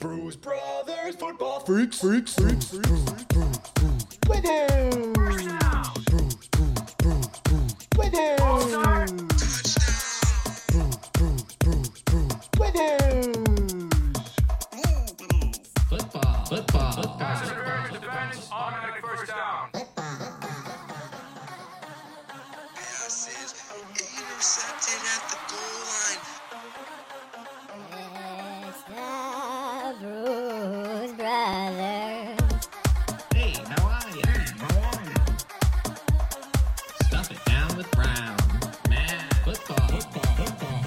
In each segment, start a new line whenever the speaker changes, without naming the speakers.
Bruce Brothers football freaks, freaks, freaks, freaks, freaks, Bruce, Bruce, Widows. Bruce, Bruce, Bruce, Bruce, Widows. Bruce, Bruce, Bruce, Bruce, Widows.
Football. Football. Football.
Automatic first down.
passes intercepted at the goal line.
It's the Bruce Brothers.
Hey, how are you? Stuff it down with Brown. Man. Football. Football. Football.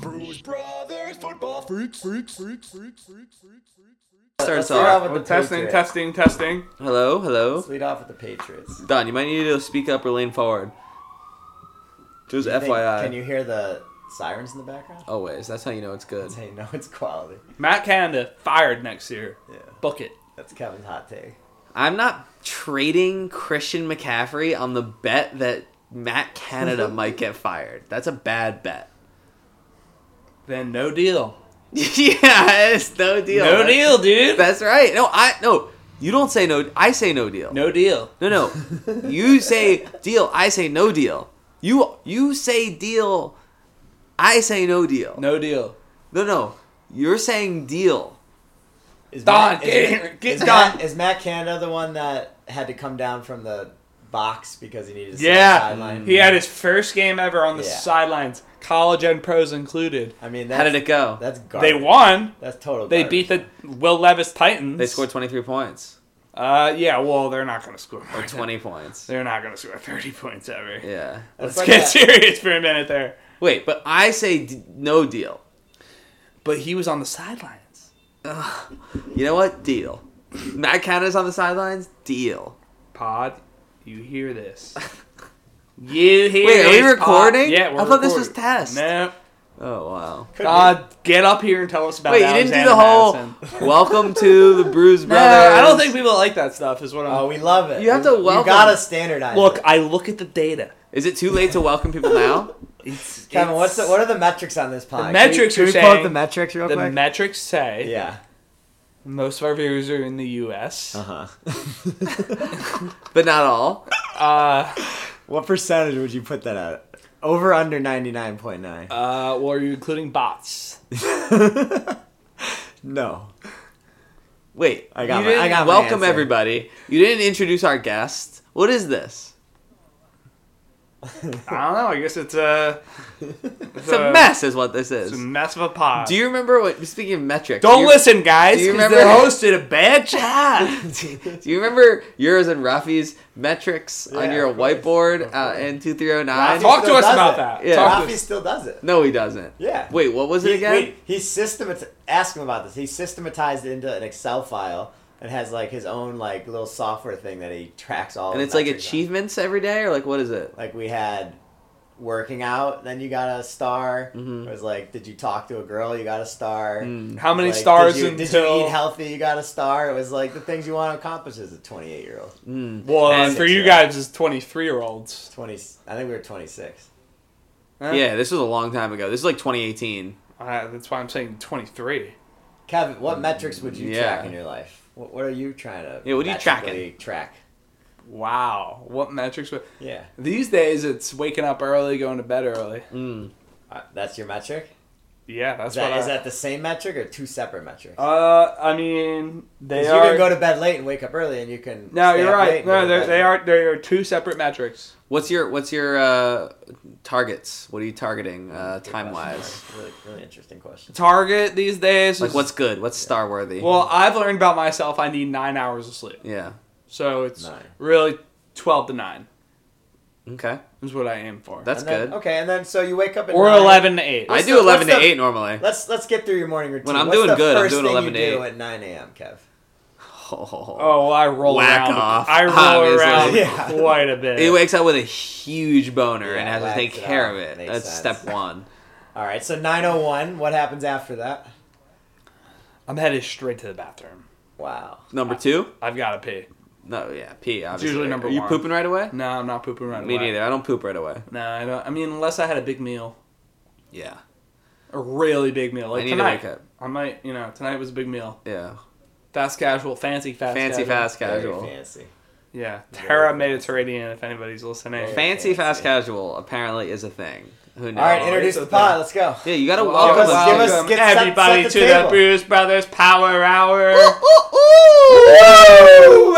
Bruce Brothers football freaks, freaks, freaks, freaks, freaks, freaks, freaks, freaks.
Starts
Start off
off.
with the
testing,
Patriots.
testing, testing.
Hello, hello.
Lead off with the Patriots.
Don, you might need to speak up or lean forward. Just
You think-
FYI.
can you hear the sirens in the background?
Always. That's how you know it's good.
Hey, no, it's quality.
Oh. Matt Canada fired next year.
Yeah,
Book it.
that's Kevin's hot take.
I'm not trading Christian McCaffrey on the bet that Matt Canada might get fired. That's a bad bet.
Then no deal.
yeah, it's no deal.
No
That's-
deal, dude.
That's right. No, I no. You don't say no. I say no deal.
No deal.
No, no. You say deal. I say no deal. You you say deal. I say no deal.
No deal.
no. no. You're saying deal.
Is
Don,
Matt,
get
is,
in- get
is
Don.
Matt, is Matt Canada the one that had to come down from the box because he needed to
Yeah.
yeah. sideline?
He had his first game ever on the
Yeah.
sidelines, college and pros included.
I mean,
How
that's,
did it go?
That's garbage.
They won.
That's total.
They
garbage.
beat the Will Levis Titans.
They scored 23 points
Uh, yeah. Well, they're not going to score more
or
than-
20 points.
They're not going to score thirty points ever.
Yeah.
That's
Let's
like
get
that-
serious for a minute there.
Wait, but I say d- no deal.
But he was on the sidelines.
You know what? Deal. Matt Canada's on the sidelines. Deal.
Pod, you hear this? You hear
Wait, are we
this, Pod?
recording?
Yeah, we're
I thought this was
recording.
test.
No.
Oh wow.
Could be.
Uh, get up here and tell us about.
Wait, you didn't do
Alexander
the whole
Madison.
welcome to the Bruise
No,
Brothers.
I don't think people like that stuff. Is what I'm.
oh, we love it.
You have to
You
welcome-
gotta standardize.
Look,
it.
I look at the data.
Is it too late to welcome people now?
It's,
Kevin,
it's-
what's the, what are the metrics on this pod?
metrics
Can we,
are
can we pull up
saying-
the metrics real
the
quick?
metrics say?
yeah.
Most of our viewers are in the U.S.
Uh huh.
but not all.
Uh,
What percentage would you put that at? Over under 99.9.
uh, well, are you including bots? Uh.
no.
Wait,
I got
you
my- I
didn't
got my
welcome
answer.
everybody. You didn't introduce our guest. What is this?
I don't know. I guess it's a.
It's a mess, is what this
Uh, It's a
is.
mess of a pod.
Do you remember what? Speaking of metrics,
Don't
do you-
listen, guys.
do you
'cause
remember-
the host did a bad job.
Do you remember yours and Rafi's metrics on
Yeah,
your
of course.
whiteboard uh, in two three zero nine?
Rafi
Talk to
still
us
does
about
it.
that.
Yeah.
Talk to
Rafi
us.
still does it.
No, he doesn't.
Yeah.
Wait, what was
He,
it again?
wait, he's systematized. Ask him about this. He's systematized into an Excel file and has like his own like little software thing that he tracks all.
and
the
it's like
metrics on.
achievements every day, or like what is it?
Like we had working out, then you got a star.
Mm-hmm.
It was like, did you talk to a girl? You got a star.
How many
Like,
stars
did you,
until?
did you eat healthy? You got a star. It was like the things you want to accomplish as a 28 year old.
Well,
And-
for you guys, it's twenty-three year olds.
20. I think we were 26.
Yeah, this was a long time ago. This is like 2018.
Uh, that's why I'm saying twenty-three.
Kevin, what metrics would you
yeah.
track in your life? What, what are you trying to?
Yeah, what are you tracking?
metrically Track.
Wow, what metrics? Were...
Yeah,
These days, it's waking up early, going to bed early.
Mm.
Uh, that's your metric.
Yeah, that's
Is that,
what
is
I.
that the same metric or two separate metrics?
Uh, I mean,
'Cause
they
you
are.
can go to bed late and wake up early, and you can.
no,
stay
you're
up late
right.
and go
No,
to
they're-
bed
they
late.
are. They are two separate metrics.
What's your what's your uh, targets? What are you targeting uh,
Good
time
question,
wise?
Mark. Really, really interesting question.
Target these days.
Like
is-
what's good? What's star worthy?
Well, I've learned about myself. I need nine hours of sleep,
yeah.
so it's
Nine.
really twelve to nine
Okay,
is what I aim for.
that's
And then-
good.
Okay, and then so you wake up at
or
nine.
eleven to eight.
I
What's
do
the-
11 to
what's the-
8 normally.
Let's let's get through your morning routine.
When I'm
What's
doing
the
good, I'm
first
doing
thing
11 to
you do
8.
at nine a.m. Kev.
Oh, well, I roll
Whack
around.
off,
I roll
obviously.
around
Yeah.
quite a bit.
He wakes up with a huge boner and
Yeah,
has to
wax
take
it
care
off.
of it.
Makes
That's
sense.
step one.
All right, so nine oh one. What happens after that?
I'm headed straight to the bathroom.
Wow.
Number two,
I've got to pee.
No, yeah, pee. Obviously.
usually number
Are you
one.
pooping right away?
No, I'm not pooping right
Me
away.
neither. I don't poop right away.
No, I don't. I mean, unless I had a big meal,
Yeah,
a really big meal. Like
I need
tonight,
to wake up.
I might, you know, tonight was a big meal.
Yeah,
Fast casual, fancy fast,
fancy
casual.
fast
Very
casual.
fancy.
Yeah, Terra Mediterranean. If anybody's listening,
Very
Fancy fast
fancy.
casual apparently is a thing. Who knows?
All right, introduce the
it's a
pod.
thing.
Let's go.
Yeah, you gotta
Welcome,
welcome.
us- give us-
welcome
get set-
everybody
set the
to
table.
the Bruce Brothers Power Hour.
Woo,
Oh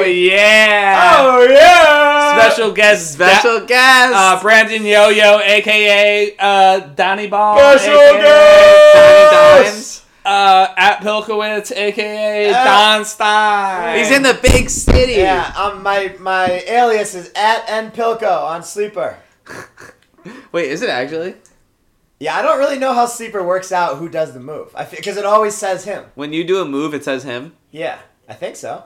baby!
yeah!
Oh yeah!
Special guest,
special guest.
uh, Brandon Yo-Yo, aka uh, Donny Ball,
Special
aka,
Tony
guest!
Dimes.
uh, at Pilkowitz, aka
Uh,
Don Stein.
He's in the big city.
Yeah, um, my my alias is at N Pilco on Sleeper.
Wait, is it actually?
Yeah, I don't really know how Sleeper works out who does the move. I because it always says him.
When you do a move, it says him.
Yeah, I think so.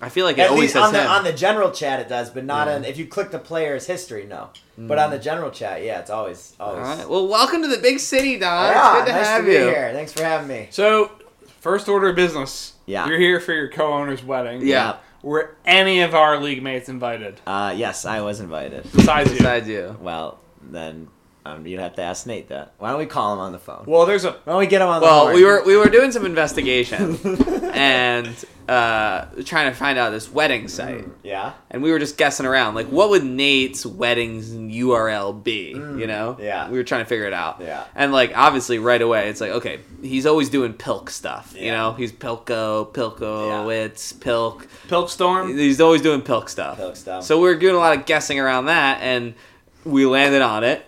I feel like it
At
always
least
says
on the
him.
on the general chat it does, but not on if you click the player's history, no. But on the general chat, yeah, it's always
Mm. All
always.
right. Well, welcome to the big city, Don.
Yeah,
it's good to
nice
have
to be
you.
here. Thanks for having me.
So, first order of business.
Yeah.
You're here for your co-owner's wedding.
Yeah.
Were any of our league mates invited?
Uh, yes, I was invited.
Besides you.
Besides you.
Well, then um, you'd have to ask Nate that. Why don't we call him on the phone?
Well, there's a
Why don't we get him on the
Well,
phone?
we were we were doing some investigation and uh, trying to find out this wedding site,
Yeah.
and we were just guessing around, like what would Nate's wedding's URL be? You know?
Mm, yeah.
We were trying to figure it out.
Yeah.
And like obviously right away, it's like okay, he's always doing pilk stuff. You
Yeah.
know, he's pilko, pilko, it's pilk.
Pilkstorm.
He's always doing pilk stuff.
Pilk stuff.
So we were doing a lot of guessing around that, and we landed on it,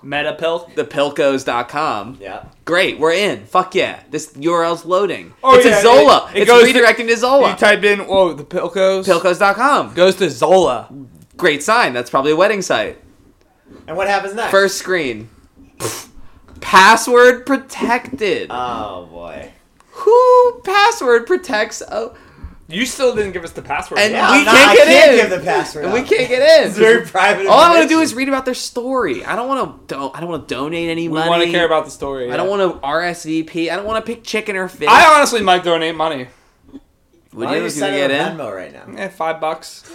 Meta Pilk.
thepilkos.com.
Yeah.
Great, we're in. Fuck yeah. This URL's loading.
Oh,
it's
yeah,
a Zola.
it- it
it's
goes to-
redirecting to,
You
Zola.
type in whoa the Pilkos.
Pilcos.com.
goes to Zola.
Great sign. That's probably a wedding site.
And what happens next?
First screen. Password protected.
Oh boy.
Who password protects? Oh,
You still didn't give us the password.
And-
Yeah,
we
I'm not-
can't
I
get
can't
in.
give the password.
and we
out.
can't get
It's very
in.
private.
All I want to do
information.
is read about their story. I don't want to. I don't want to donate any
we
money.
want to care about the story.
I don't want to RSVP. I don't want to pick chicken or fish.
I honestly might donate money.
Would
Why don't
you,
you
if you
send
could get
him a
in?
Venmo right now?
Eh, five bucks.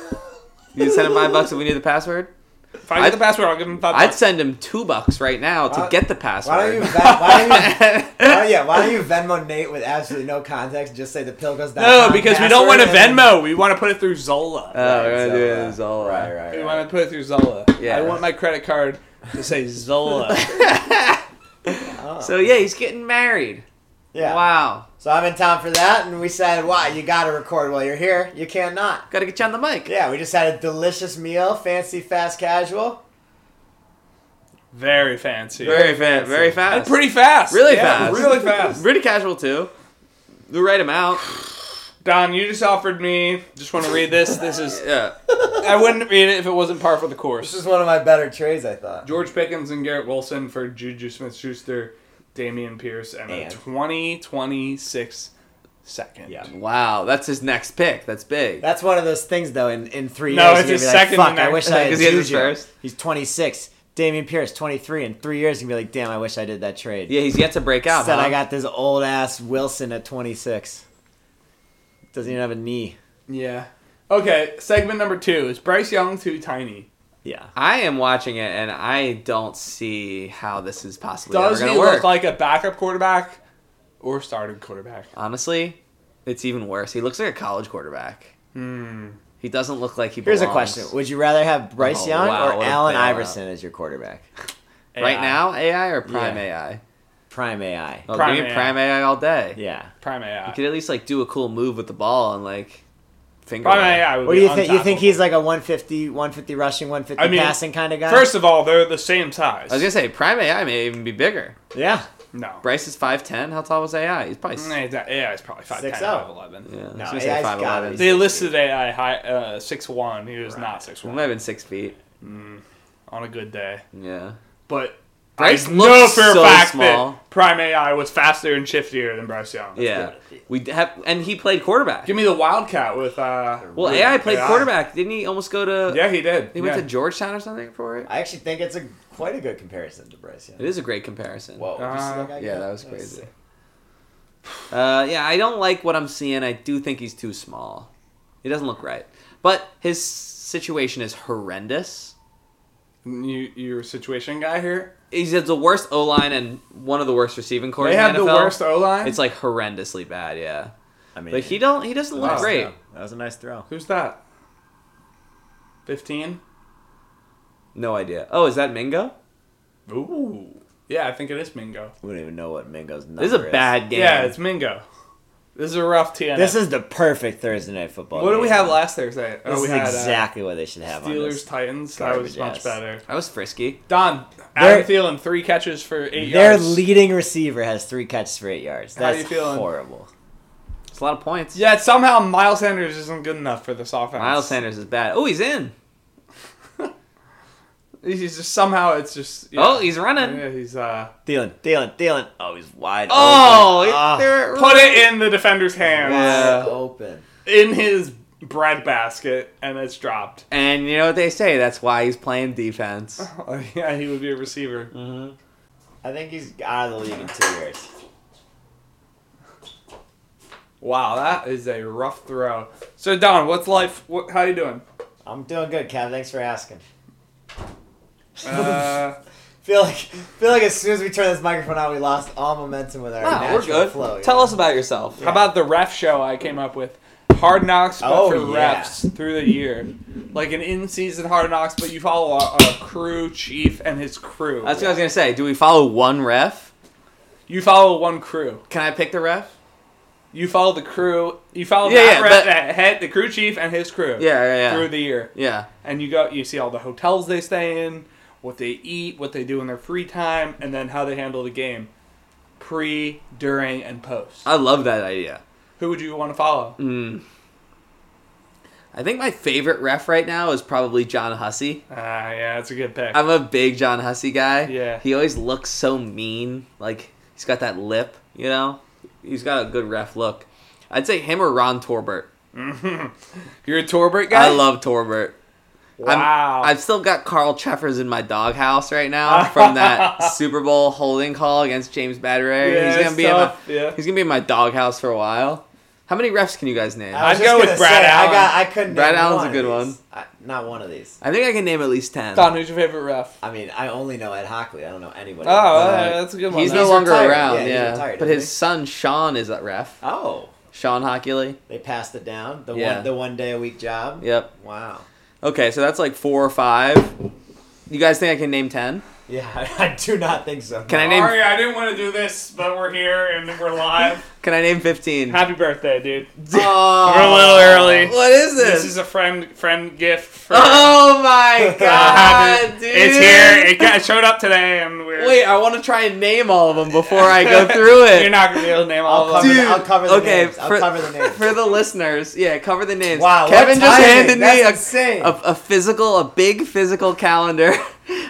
You send him five bucks if we knew the password.
If I get
I'd-
the password, I'll give him five
I'd
bucks.
send him two bucks right now to
Why-
get the
Why don't you?
password.
Ven- why don't you? why don't- yeah, why don't you Venmo Nate with absolutely no context? Just say the pill goes down.
no, because we don't want to Venmo. We want to put it through Zola.
Oh, we're gonna do it
Zola.
in Zola.
Right, uh, right,
we
right.
want to put it through Zola.
Yeah.
I want my credit card to say Zola.
Oh.
So yeah, he's getting married.
yeah.
Wow.
So I'm in town for that, and we said, "Wow, you got to record while you're here. You can't not."
Gotta get you on the mic.
Yeah, we just had a delicious meal, fancy, fast, casual.
very fancy.
Very fast. Very
and
fast.
pretty fast.
Really
Yeah,
fast.
Really fast.
Pretty casual too. The right amount.
Don, you just offered me. Just want to read this. This is.
Yeah.
I wouldn't read it if it wasn't par for the course.
This is one of my better trades, I thought.
George Pickens and Garrett Wilson for Juju Smith Schuster, Damian Pierce, and, a
And-
20 26 second.
Yeah.
Wow, that's his next pick. That's big.
That's one of those things, though. In, in three
No,
years,
it's
you're
his
gonna be like,
second
"Fuck, I
next-
wish I had
'Cause he has his
Juju."
first.
He's 26. Damian Pierce, 23. In three years, he's gonna be like, "Damn, I wish I did that trade."
yeah, he's yet to break out.
Said
huh?
I got this old ass Wilson at 26. Doesn't even have a knee.
Yeah. Okay, segment number two is Bryce Young too tiny.
Yeah.
I am watching it and I don't see how this is possibly
Does
ever
he
gonna work.
look like a backup quarterback or starting quarterback?
Honestly, it's even worse. He looks like a college quarterback. He doesn't look like he.
Here's a
belongs.
question: Would you rather have Bryce
Oh,
Young
wow,
or
what a
Allen
bailout.
Iverson as your quarterback?
Right
AI.
now, AI or Prime
Yeah.
AI?
Prime AI.
Oh,
Prime
give me
AI.
Prime AI all day.
Yeah.
Prime AI.
You could at least like do a cool move with the ball and like finger.
Prime
roll.
AI would
What
be
do you think? You think
untappable.
he's like a 150, 150 rushing, 150
I mean,
passing kind of guy?
First of all, they're the same size.
I was gonna say Prime AI may even be bigger.
yeah.
no.
Bryce is five ten. How tall was AI? He's probably. s-
Nah, that AI is probably 5'10",
Six oh.
5'11".
Yeah, I was
No,
gonna say
AI's
5'11".
gotta be-
They listed AI high, uh, 6'1". He was not
It
6'1".
might have been six feet.
On a good day.
Yeah.
But
Bryce
I know
looks
for
so
a fact
small.
that Prime AI was faster and shiftier than Bryce Young. That's
Yeah.
good.
We d- have, and he played quarterback.
Give me the Wildcat with. uh
Well,
with
AI played quarterback. Didn't he almost go to?
Yeah, he did.
He went
yeah.
to Georgetown or something for it.
I actually think it's a quite a good comparison to Bryce Young.
It is a great comparison.
Whoa. did you see that guy
Yeah,
go?
that was crazy. Uh, yeah, I don't like what I'm seeing. I do think he's too small. He doesn't look right. But his situation is horrendous.
Mm, You, you're a situation guy here.
He's had the worst O line and one of the worst receiving corps.
They
in
have the
NFL.
worst O line.
It's like horrendously bad, yeah.
I mean,
But he don't. He doesn't look
Wow.
great.
throw. That was a nice throw.
who's that? Fifteen.
No idea. Oh, is that Mingo?
Ooh. Yeah, I think it is Mingo.
We don't even know what Mingo's number
This is a bad game.
Yeah, it's Mingo. This is a rough TNF.
This is the perfect Thursday night football.
what did we
game.
have last Thursday?
This
oh, we
is
had
exactly what they should
uh,
have on this.
Steelers Titans. That was
garbage
much
ass.
better.
I was frisky.
Don
They're-
Adam Thielen three catches for eight
Their
yards.
leading receiver has three catches for eight yards.
How
That's
you feeling?
horrible.
It's a lot of points.
yeah, somehow Miles Sanders isn't good enough for this offense.
Miles Sanders is bad. Oh, he's in.
He's just somehow it's just. yeah.
Oh, he's running.
Yeah, he's uh.
Thielen, Thielen, Thielen. Oh, he's wide
Oh,
open. Ah,
they're-
Put it in the defender's hands.
Yeah.
wide open.
in his bread basket and it's dropped.
And you know what they say? That's why he's playing defense.
yeah, he would be a receiver.
Mm. I think he's out of the league in two years.
Wow, that is a rough throw. So Don, what's life? What, how you doing?
I'm doing good, Kev. Thanks for asking.
Uh,
Feel like feel like as soon as we turn this microphone on, we lost all momentum with our
Wow,
natural
Ah, we're good.
flow. you
Tell
know?
us about yourself.
how about the ref show I came up with? Hard knocks, but
Oh,
for
yeah.
refs through the year, like an in-season hard knocks, but you follow a, a crew chief and his crew.
That's what I was gonna say. Do we follow one ref?
you follow one crew.
Can I pick the ref?
You follow the crew. You follow
Yeah,
that
yeah,
ref,
but-
that head, the crew chief and his crew.
Yeah, yeah, yeah.
Through the year,
Yeah.
and you go you see all the hotels they stay in what they eat what they do in their free time and then how they handle the game pre during and post
I Mm. love that idea.
who would you want to follow
I think my favorite ref right now is probably John Hussey.
ah yeah that's a good pick
I'm a big John Hussey guy.
Yeah.
He always looks so mean. Like he's got that lip, you know? He's got a good ref look. I'd say him or Ron Torbert.
you're a torbert guy
I love Torbert. I'm-
wow
I've still got Carl Cheffers in my doghouse right now from that Super Bowl holding call against James Battery.
Yeah,
he's gonna
it's
be
tough,
in my,
yeah.
he's gonna be in my doghouse for a while. How many refs can you guys name?
I was just
I'd go with
gonna
Brad
say,
Allen.
I got. I couldn't.
Brad
name
Allen's
one
a
of
good
these. I, not one of these.
I think I can name at least ten.
don who's your favorite ref
I mean, I only know Ed Hockley. I don't know anybody.
oh
uh,
else.
yeah, that's a good one
He's
That's-
no longer
retired.
around,
Yeah,
yeah.
he's retired,
but
isn't
his
he?
son Sean is a ref.
uh,
oh,
Sean Hockley.
they passed it down. The
Yeah.
one, the one day a week job.
Yep.
Wow.
Okay, so that's like four or five. You guys think I can name ten?
Yeah, I, do not think so.
Can I name?
Sorry, I didn't want to do this, but we're here and we're live.
Can I name fifteen?
Happy birthday, dude!
Oh,
We're a little early.
What is this?
This is a friend friend gift. For,
oh my
Uh,
god,
happy-
dude!
It's here. It got, showed up today, and we're
Wait, I want to try and name all of them before I go through it.
You're not gonna be able to name all
I'll
of
cover,
them.
the, I'll cover the
okay,
names. I'll
for-
cover the names.
For the listeners, yeah, cover the names.
Wow, what
Kevin just
timing.
handed me
That's
a,
insane.
a, a physical, a big physical calendar.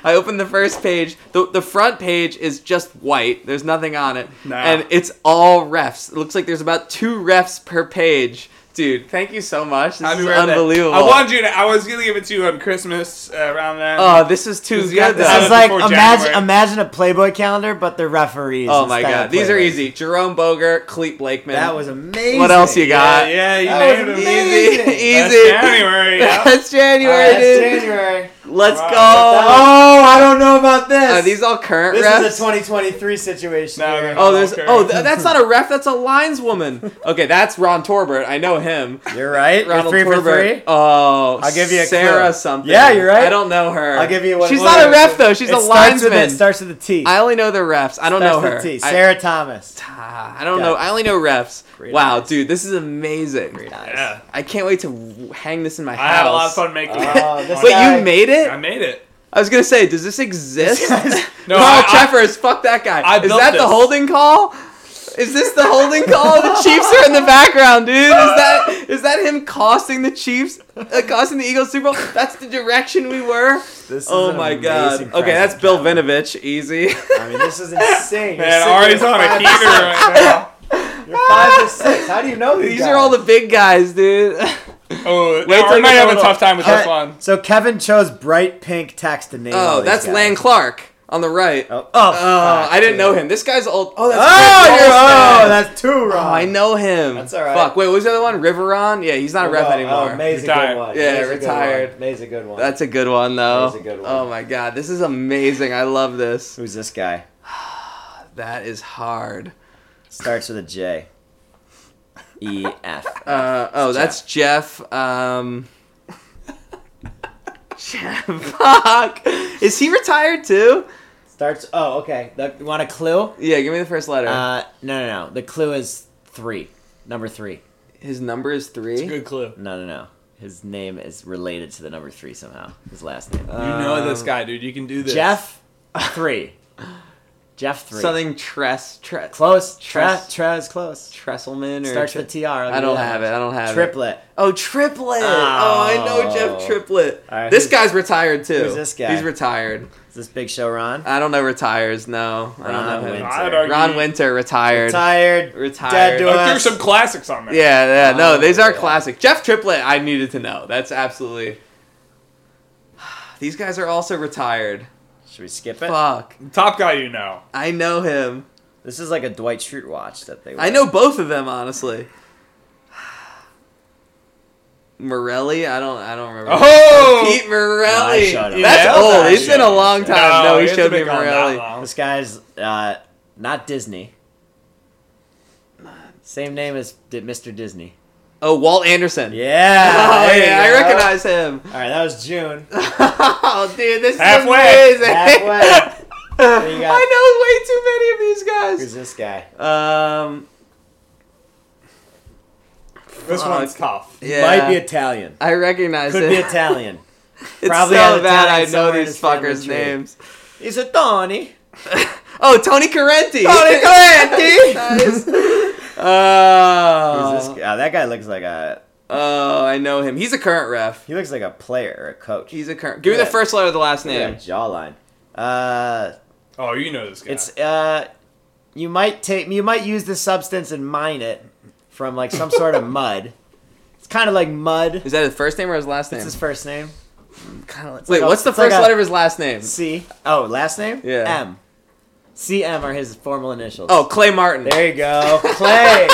I opened the first page. The, the front page is just white. There's nothing on it.
Nah.
And it's all refs. It looks like there's about two refs per page. Dude, thank you so much. This
Happy
is
birthday.
unbelievable.
I wanted you to. I was gonna give it to you on Christmas uh, around then.
oh, this is too
This is-
good.
This
this
though.
is
Uh,
like
before
imagine
January.
imagine a Playboy calendar, but the referees.
oh my
instead of
god, these are
Playboys.
easy. Jerome Boger, Cleet Blakeman.
That was amazing.
What else you got?
yeah, you
That
named
was
him.
amazing.
Easy,
That's
easy.
January. yeah.
That's
All
January,
right, that's
dude.
January.
Let's
Wow.
go.
Oh, I don't know about this.
Are these all current
this
refs?
is a 2023 situation.
No,
here.
they're not.
oh, there's.
Okay.
Oh, th- that's not a ref. That's a lineswoman. Okay, that's Ron Torbert. I know him.
You're right. You're
Ronald
three
Torbert.
for three.
Oh,
I'll give you a
Sarah
clue.
something.
Yeah, you're right.
I don't know her.
I'll give you one
She's
clue.
not a ref though. She's
it
a
starts
linesman.
With, it starts with a T.
I only know the refs. I don't
starts
know her.
With a T.
I-
Sarah Thomas. Oh,
Ah, I, don't
Got
know.
it.
I only know refs.
Great
wow,
eyes.
dude, this is amazing.
Yeah.
I can't wait to w- hang this in my
I
house.
had a lot of fun making
Oh,
it.
this
Wait,
guy-
you made it?
I made it.
I was gonna say, does this exist?
No,
Carl
I-
Cheffers, fuck that guy.
I
is
built
that
this.
the holding call? Is this the holding call? The Chiefs are in the background, dude. Is that is that him costing the Chiefs, uh, costing the Eagles Super Bowl? That's the direction we were.
This is
oh
an
my
amazing
god.
present,
Okay, that's Bill
Kevin.
Vinovich. Easy.
I mean, this is insane. You're
Man,
sitting
Ari's
here
on a
five-
heater right
You're five or six. How do you know these?
These are all the big guys, dude.
now. Oh,
Wait till
Ari might
the
have a
total.
tough time with this one.
So Kevin chose bright pink text to name. all
Oh,
these
that's
guys.
Lan Clark. on the right.
Oh,
Oh,
fuck,
I didn't
dude.
know him. This guy's old. Oh, that's
Oh,
Greg
you're,
Allston.
oh, that's two wrong.
Oh, I know him.
That's all right.
Fuck. Wait, what was the other one? Riveron? Yeah, he's not a ref
Oh,
anymore.
Oh, May's a
Retired.
good one.
Yeah,
May's a good one.
retired.
May's a good one.
That's a good one though.
That is a good one.
Oh my god, this is amazing. I love this.
who's this guy?
That is hard.
Starts with a J. E F.
Uh, oh, that's Jeff. Um, Jeff. Fuck. Is he retired too?
Starts. Oh, okay. The, you want a clue?
Yeah, give me the first letter.
Uh, no, no, no. The clue is three. Number three.
His number is three.
Good clue.
No, no, no. His name is related to the number three somehow. His last name. Uh,
You
Uh,
know this guy, dude. You can do this.
Jeff three. Jeff three.
Something Tress. Tress.
close. Tre,
Tress-
tre is close.
Tresselman or
Starts
Tre-
with TR. I'll
I
give
don't
you that
have it.
much.
I don't have it.
Triplet.
Oh, triplet. Oh, I know Jeff
Oh.
Triplet.
All right,
this
who's-
guy's retired too.
who's this guy?
He's retired.
Is this Big Show Ron?
I don't know retires. No, I don't
Ron
know him.
Winter.
I'd argue-
Ron Winter retired.
Retired.
Retired.
Dead to
Like,
us.
Oh, there's some classics on there.
Yeah, yeah. No,
Oh,
these are
yeah.
classic. Jeff Triplet. I needed to know. That's absolutely. These guys are also retired.
Should we skip it?
Fuck.
Top guy, you know.
I know him.
This is like a Dwight Schrute watch that they.
I know both of them honestly. Morelli, I don't, I don't remember.
Oh,
Pete
I
Morelli.
shot him.
That's
Yeah.
old.
I
It's been a
shot him.
long time. No, he
hasn't
showed me
been gone that
Morelli.
long.
This guy's uh, not Disney. Same name as Di- Mr. Disney.
Oh, Walt Anderson.
Yeah.
Oh
there
yeah,
you
I
go.
recognize him.
All right, that was June.
Oh dude, this
Halfway.
is amazing.
Halfway. What do you got?
I know way too many of
Who's
these
this guy?
guys. Um,
This
Fuck.
one's tough.
yeah,
Might be Italian.
I recognize
Could
it.
be Italian.
it's
probably
so
had
bad.
Italian
I know
somewhere in
these
his family
fuckers'
tree.
names.
He's a Tony.
Oh, Tony Correnti.
Tony Correnti.
nice. Oh.
Who's this guy? Uh, that guy looks like a
Oh, I know him. He's a current ref.
he looks like a player or a coach.
He's a current. Give me the
Yeah.
first letter of the last
Look at
name.
that jawline. Uh,
Oh, you know this guy.
it's uh, you might take you might use this substance and mine it from like some sort of mud. It's kind of like mud.
Is that his first name or his last name?
What's his first name?
Wait,
like a-
what's the
it's like
first
a-
letter of his last name?
C. Oh, last name?
Yeah.
M. C M are his formal initials.
Oh, Clay Martin.
there you go. Clay.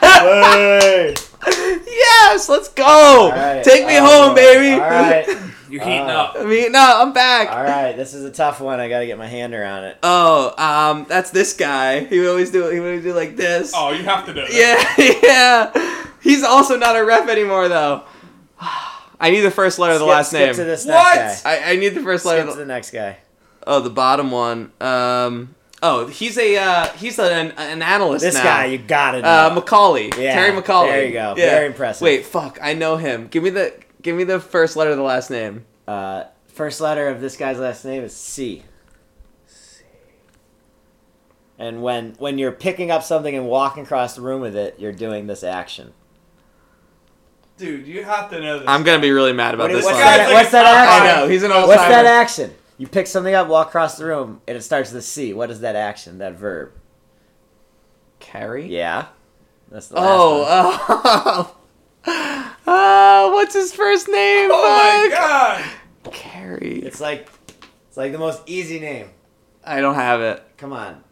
Clay.
Yes, let's go.
All right.
Take me
Oh,
home, baby.
All right.
You're heating
uh,
up.
I mean, no, I'm back.
All right. This is a tough one. I got to get my hand around it.
Oh, um, that's this guy. He would always do. He would always do like this.
Oh, you have to know. This.
Yeah, yeah. He's also not a ref anymore, though. I need the first letter of the
Skip-
last
skip
name.
to this
What?
next guy.
I, I need the first letter.
Skip
Of
to
the,
the next guy.
oh, the bottom one. Um. Oh, he's a uh, he's an, an analyst
This
now.
guy, you got it.
uh, Macaulay.
Yeah,
Terry Macaulay.
there you go. Very impressive.
Wait, fuck. I know him. Give me the give me the first letter of the last name.
Uh, first letter of this guy's last name is C. And when when you're picking up something and walking across the room with it, you're doing this action.
dude, you have to know this.
I'm gonna be really mad about
What-
Oh, this
what's,
one.
guy-
that,
Guys,
what's that
like,
I
action?
know. He's an old
What's that action? You pick something up, walk across the room, and it starts with a C. What is that action? That verb?
Carry.
Yeah. That's the last
Oh,
one.
oh. Ah, what's his first name?
Oh my
Fuck.
god!
Carrie.
It's like it's like the most easy name.
I don't have it.
Come on.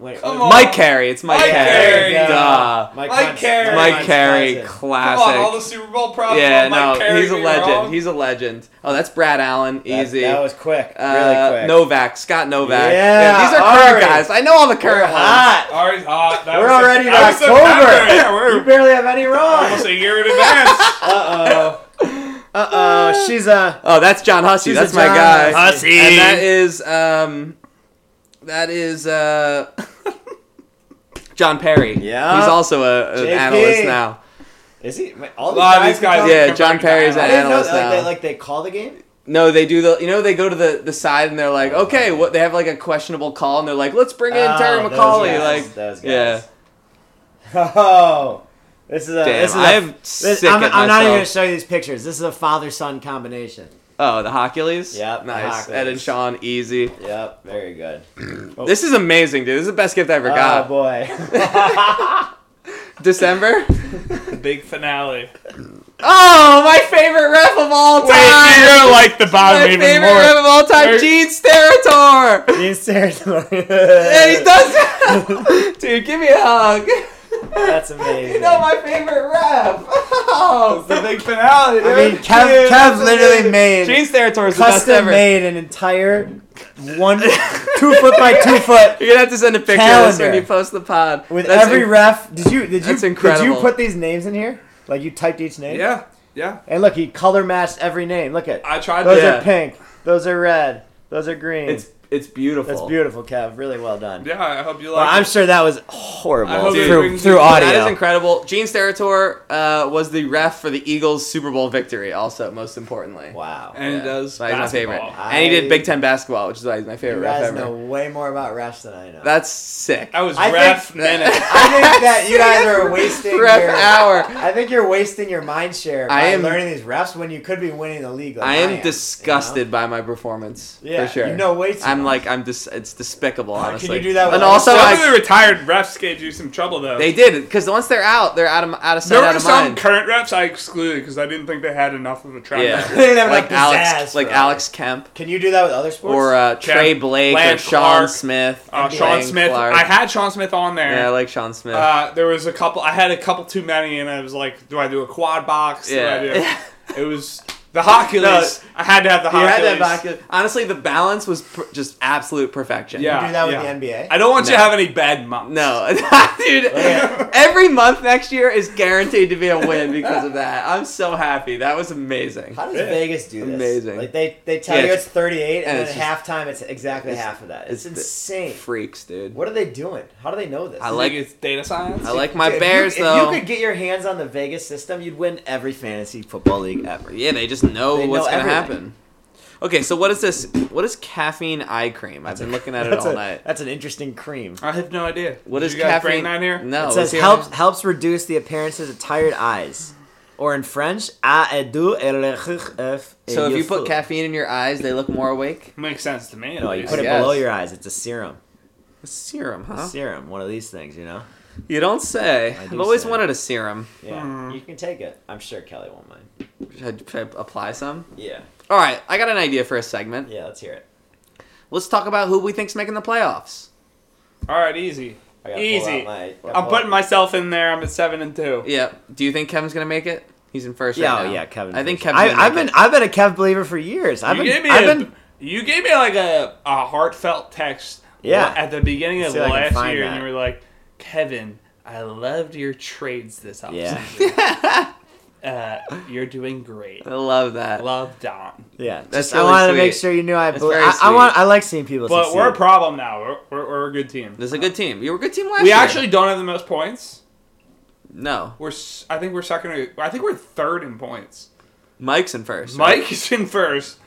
Wait,
Come
wait,
on.
Mike Carey. It's Mike,
Oh. Mike
Carey.
Carey.
Duh.
Mike,
Mike
Hunt's-
Carey.
Mike
Hunt's
Carey,
cousin.
Come on, all the
classic.
Super Bowl props.
Yeah,
on Mike
no,
Carey
he's a
being
legend.
wrong.
He's a legend. Oh, that's Brad Allen.
That-
Easy.
That, was quick.
Uh,
really quick.
Novak, Scott Novak.
Yeah,
these are current
Ari.
guys. I know all the
We're
current ones.
hot.
Ari's hot. uh, That
We're
was a-
already in
that was a
October.
number. Yeah,
You
we're
barely have any wrong.
almost a year in advance.
Uh oh. Uh oh. She's a.
Oh, that's John Hussey.
She's
That's
a
my
John
guy.
Hussey.
And that is um, that is uh, John Perry.
Yeah.
he's also a, an
JP.
analyst now.
Is he? wait, All
A lot of these
are
guys.
called-
Yeah,
can
John
break
Perry's
down.
I
an
didn't know
analyst
that. Like, they,
now.
like they call the game.
No, they do the. You know, they go to the the side and they're like, okay, what? They have like a questionable call and they're like, let's bring in Terry
Oh, those
McCauley.
guys,
Like,
those guys.
yeah.
Oh, this is a.
Damn,
this is a-
I am
This,
sick
I'm,
at
I'm not even
myself.
gonna show you these pictures. This is a father-son combination.
Oh, the Hockeyleys?
Yep, the
Nice. Ed and
Hockleys.
Sean, easy.
Yep, very good.
This is amazing, dude. This is the best gift I ever
Oh
got.
boy.
December?
Big finale.
Oh, my favorite ref of all time.
Wait, you're like the bottom
my
even
favorite
more.
ref of all time,
Wait.
Gene Steratore.
Jeans territory.
and he does. Dude, give me a hug.
That's amazing.
You know my favorite ref. Oh,
The big finale.
I mean,
dude.
Kev,
Dude,
Kev literally
dude.
made
Gene Steratore is the best
custom
ever.
made an entire one two foot by two foot
You're gonna have to send a picture of this when
Calendar.
you post the pod.
with
That's
every
inc-
ref. Did you did you
That's
did you
incredible.
put these names in here? Like you typed each name?
Yeah, yeah.
And look, he color matched every name. Look at
I tried
those
to.
are pink. Those are red. Those are green.
It's it's beautiful.
That's beautiful, Kev. Really well done.
Yeah, I hope you
Well,
like.
I'm
it.
sure that was
I
horrible
hope it
through
brings
through
you-
audio.
That is incredible. Gene Steratore uh, was the ref for the Eagles' Super Bowl victory. Also, most importantly.
wow.
And he does
So he's my favorite.
basketball.
And he
I-
did Big Ten basketball, which is why he's my favorite
You
ref
guys
ever.
know way more about refs than I know.
That's sick.
I was
I
ref
think-
minute.
I think that you guys are wasting
ref
your
hour.
I think you're wasting your mind share by
I am-
learning these refs when you could be winning the league. Like
I
you
am
know?
disgusted by my performance.
Yeah,
for sure.
you know way too
I'm
much.
like I'm dis- It's despicable, honestly.
you do that with
And
all
also,
the
Some of the
I,
retired refs gave you some trouble though.
they did because once they're out, they're out of out of sight,
there
out
were
of
some
mind.
current refs I excluded because I didn't think they had enough of a track
yeah,
record.
They didn't have
like
enough pizzazz
Alex,
for
like
us.
Alex Kemp
Can you do that with other sports?
or uh, Trey Blake
Lance
or Sean
Clark.
Smith.
Uh,
Lane
Sean Smith.
Clark.
I had Sean Smith on there.
yeah, I like Sean Smith.
uh, there was a couple. I had a couple too many, and I was like, "Do I do a quad box?
Yeah.
Do I do? it was the Hercules. I had to have the
You
Hercules.
had that back- Honestly, the balance was pr- just absolute perfection.
Yeah.
Can you do that with
yeah.
the NBA?
I don't want you
No.
to have any bad months.
No, dude.
Oh, Yeah.
Every month next year is guaranteed to be a win because of that. I'm so happy. That was amazing.
How does Vegas do this?
Amazing.
Like they, they tell
Yeah,
you
it's-
it's 38, and,
and
then
it's
at halftime it's exactly
it's-
half of that. It's,
it's the-
insane.
Freaks, dude.
What are they doing? How do they know this?
I
I
like-
like it's data science.
I like my
Dude, if you-
Bears
if
though.
you could get your hands on the Vegas system, you'd win every fantasy football league ever.
yeah, they just know
They know
what's gonna
everything.
happen. Okay, so what is this? What is caffeine eye cream? I've been looking at it
That's
all
a-
night.
That's an interesting cream.
I have no idea.
What
Did
is
you guys
caffeine?
Bring that here.
No,
It says
is it-
helps helps reduce the appearances of tired eyes, or in French, a edu
So if you put caffeine in your eyes, they look more awake.
Makes sense to me. at
no, you
least.
put it
I guess.
below your eyes. It's a serum.
A serum, huh?
Serum, one of these things, you know.
You don't say.
I do
I've always
say.
wanted a serum.
Hmm.
Yeah, you can take it. I'm sure Kelly won't mind.
Should I apply some?
Yeah,
All right, I got an idea for a segment.
yeah. Let's hear it.
Let's talk about who we think's making the playoffs.
All right, easy.
I gotta pull
Easy.
out my- gotta
I'm
pull
putting
out-
myself in there. I'm at seven and two.
Yeah. Do you think Kevin's gonna make it? He's in first.
Yeah,
right
oh,
now.
yeah, Kevin.
I think
Kev.
Kevin's gonna
I've
make
been I've been a Kev believer for years. I've
You
been
gave me
I've
a,
been
you gave me like a, a heartfelt text
Yeah.
at the beginning of
See if I can
last
find
year
that.
and you were like, Kevin, I loved your trades this
yeah
offseason. Uh, you're doing great.
I love that.
Love Don.
yeah.
That's
Just I
really
wanted to make
sweet.
sure you knew I
That's
believe.
very
I, I
sweet.
want I like seeing people.
But
succeed.
we're a problem now. We're, we're, we're a good team.
This is a good team. You were a good team last
We
year.
actually don't have the most points.
no.
We're s- I think we're second. Or, I think we're third in points.
Mike's in first. right?
Mike is in first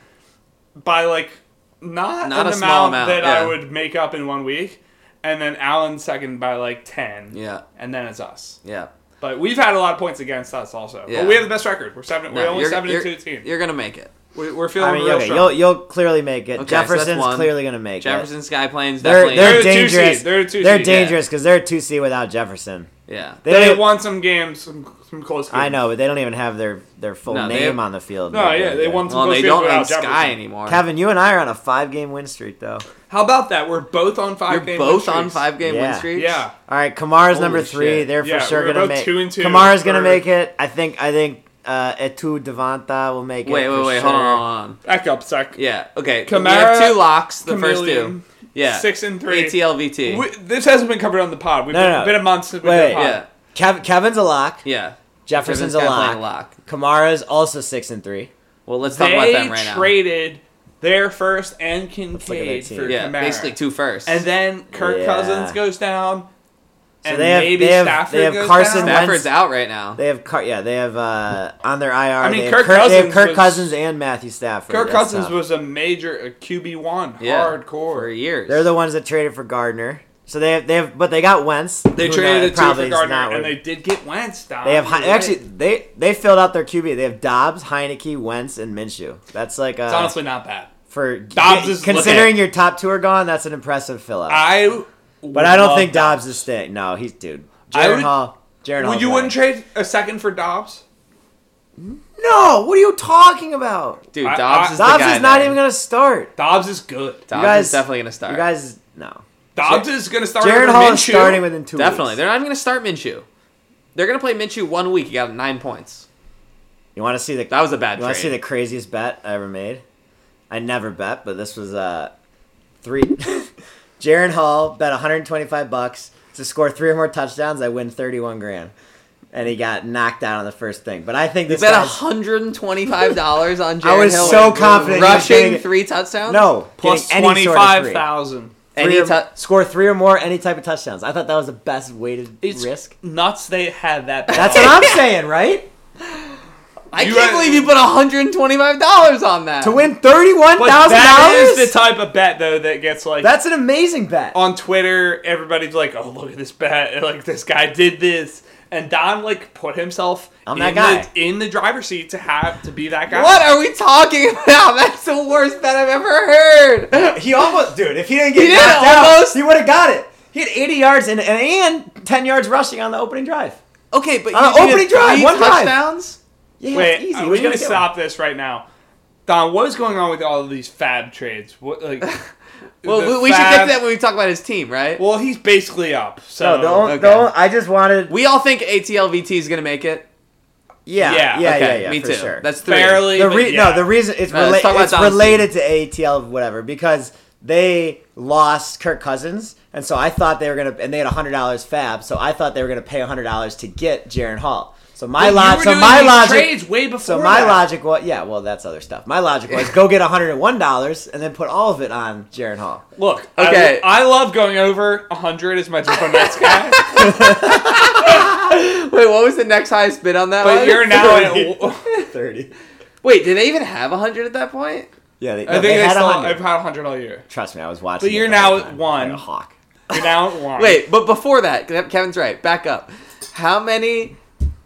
by like not,
Not a
an amount,
small amount,
that
yeah.
I would make up in one week, and then Allen second by like ten.
Yeah.
and then it's us.
Yeah.
But we've had a lot of points against us also.
Yeah.
But we have the best record. We're seven.
No,
we're only
you're-
7 and
you're-
two team.
You're gonna make it.
We, we're feeling
I mean,
real
okay,
strong.
you'll you'll clearly make it.
Okay, so that's
Jefferson's
one.
clearly gonna make it.
Jefferson's sky planes
They're
definitely.
they're
They're a two seed.
dangerous.
They're a two
They're
seed,
yeah.
dangerous because they're a two C without Jefferson.
yeah.
They,
they
don't-
won some games, some, some close games.
I know, but they don't even have their their full
No, they
name
have-
on the field.
No, yeah, they won some
Well,
close
they
games
don't
without
have sky
Jefferson.
anymore.
Kevin, you and I are on a five game win streak though.
How about that? We're both on five.
You're
game
both
win
on
streaks.
five game win
Yeah.
streaks.
Yeah,
All right, Kamara's
Holy
number three.
shit.
They're for
Yeah,
sure
we're
gonna
both
make.
two and two,
Kamara's gonna
third.
make it. I think. I think. Uh, Etu Devonta will make
Wait,
it.
wait,
for
wait.
sure.
Hold on, hold on.
back up, sec.
Yeah. Okay. we
Kamara,
have two locks. The
Chameleon,
first two. Yeah.
six and three.
ATLVT.
We, this hasn't been covered on the pod. We've
No,
been,
no, no.
been a month since we've
Wait,
been
wait.
on.
yeah.
Kev- Kevin's a lock.
Yeah.
Jefferson's,
Jefferson's
a
got playing
lock. Kamara's also six and three.
Well, let's talk
They
about them right now.
traded their first and
look at
Kincaid
that team.
for
Yeah,
Kamara.
basically two first.
And then Kirk
Yeah.
Cousins goes down.
So
and
they have-
maybe
they have-
Stafford
they have
goes
Carson
down.
Stafford's
Wentz-
out right now.
They have Car- yeah, they have uh, on their IR.
mean,
they,
Kirk
have Kirk, they have
Cousins
Kirk
was-
Cousins and Matthew Stafford.
Kirk
That's
Cousins
tough.
was a major a QB one,
yeah, for
hardcore.
years.
They're the ones that traded for Gardner. So they have, they have, but they got Wentz.
They
who knows,
traded the two
probably
for
is
Gardner,
not
and
where-
they did get Wentz down.
they have Hi- actually they they filled out their QB. They have Dobbs, Heineke, Wentz, and Minshew. That's like uh,
It's honestly not bad.
for
Dobbs is
considering
legit.
your top two are gone. That's an impressive fill out.
I
but I don't think Dobbs is staying. No, he's dude.
I
Jaron
would-
Hall. Jaron Hall.
Well, you wouldn't trade a second for Dobbs?
No, what are you talking about?
Dude,
I-
Dobbs
I-
is the
Dobbs
guy
is not
now.
even gonna start.
Dobbs is good.
Dobbs
guys-
is definitely gonna start.
You guys, no.
Dobbs is going to start
Jared
over
Hall
Minshew.
is starting within two.
definitely,
weeks.
they're not even gonna start Minshew. They're gonna play Minshew one week. He got nine points.
You want to see the
That was a bad
You want to
trade.
see the craziest bet I ever made? I never bet, but this was uh three. Jaron Hall bet 125 bucks to score three or more touchdowns. I win 31 grand, and he got knocked out on the first thing. But I think
He
this
bet
guy's-
hundred and twenty-five dollars on Jared
I was
Hill
so confident he was
rushing
gonna get-
three touchdowns.
no
plus
getting any sort of three.
25,000.
any
Three or-
tou-
score three or more any type of touchdowns. I thought that was the best weighted
It's
risk.
nuts they had that.
That's what I'm saying, right?
I
You
can't
had-
believe you put hundred and twenty-five dollars on that
To win thirty-one
But
thousand
that is
dollars.
the type of bet though that gets like
That's an amazing bet.
on Twitter. Everybody's like, "Oh, look at this bet! and, Like this guy did this." And Don like put himself
I'm
in
that guy.
the in the driver's seat to have to be that guy.
What are we talking about? That's the worst bet I've ever heard.
He almost, dude. If he didn't get
He did,
knocked out,
almost.
he would have got it. He had 80 yards and, and and 10 yards rushing on the opening drive.
Okay, but
Uh,
you needed
opening drive,
three
one drive.
touchdowns.
Yeah,
Wait,
it's easy.
uh,
He was
we gotta
get
stop this right now. Don, what is going on with all of these fab trades? What like?
Well,
the
we, we should get
fab-
to that when we talk about his team, right?
Well, he's basically up. So
One. No, the only,
okay.
the only, I just wanted.
we all think ATLVT is gonna make it.
yeah,
Yeah,
yeah, yeah,
okay,
yeah,
me
for
too.
Sure.
That's three.
barely.
the
but
re-
yeah.
no. The reason it's,
No, let's
rela-
talk about
it's
Don's
related to ATL whatever because they lost Kirk Cousins, and so I thought they were gonna and they had hundred dollars fab, so I thought they were gonna pay hundred dollars to get Jaron Hall. So my
You were
logic, so
doing
my
these
logic,
trades way before.
So my
that.
logic was, yeah, well, that's other stuff. My logic was go get $101 and then put all of it on Jaron Hall.
Look,
Okay.
okay. I, love going over 100 as my Brooklyn Nets guy,
Wait, what was the next highest bid on that?
but
one?
you're now at.
30.
Wait, did they even have hundred at that point?
Yeah, they,
I think
they
they
had
still.
100.
I've had 100 all year.
Trust me, I was watching.
But
it
you're
the whole
now at
time,
one.
Like a hawk.
You're now at one.
Wait, but before that, Kev- Kevin's right. Back up. How many?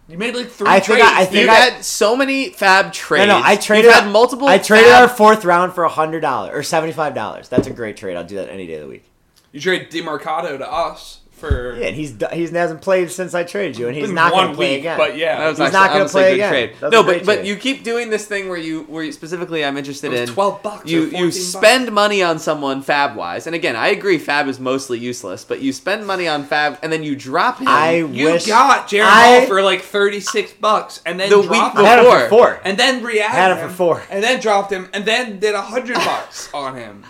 you made like three
I think
trades.
I- I
dude.
think
You
I-
had so many fab
No,
trades.
no, I
You've
traded.
had multiple.
I traded
fab-
our fourth round for $100 or $75. That's a great trade. I'll do that any day of the week.
you traded Demarcado to us for.
Yeah, and he's do- he's hasn't played since I traded you, and he's
been
not going
one
to play
week,
again.
but yeah,
That was
He's
actually,
not gonna
honestly a
play
good
again.
Trade.
That's
No,
a
but
great
but
trade.
you keep doing this thing where you where you, specifically I'm interested
was
in
12 bucks or
You
14
you spend money on someone fab wise, and again I agree fab is mostly useless, but you spend money on fab and then you drop him.
I
You
wish
got Jaron
I-
Hall for like 36 bucks and then
The week
dropped
I had
him.
him
before.
for four.
And then reacted.
Had him for four.
And then dropped him and then did 100 bucks on him.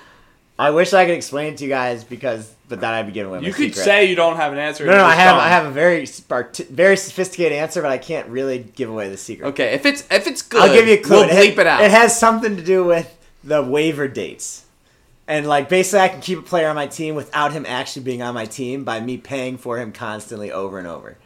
I wish I could explain it to you guys because, but then I'd be giving away my
You could
secret.
say you don't have an answer.
No, no,
You're
I have
dumb.
I have a very spark- very sophisticated answer, but I can't really give away the secret.
okay if it's if it's good
I'll give you a clue.
We'll bleep it, out.
It has something to do with the waiver dates. And like basically I can keep a player on my team without him actually being on my team by me paying for him constantly over and over.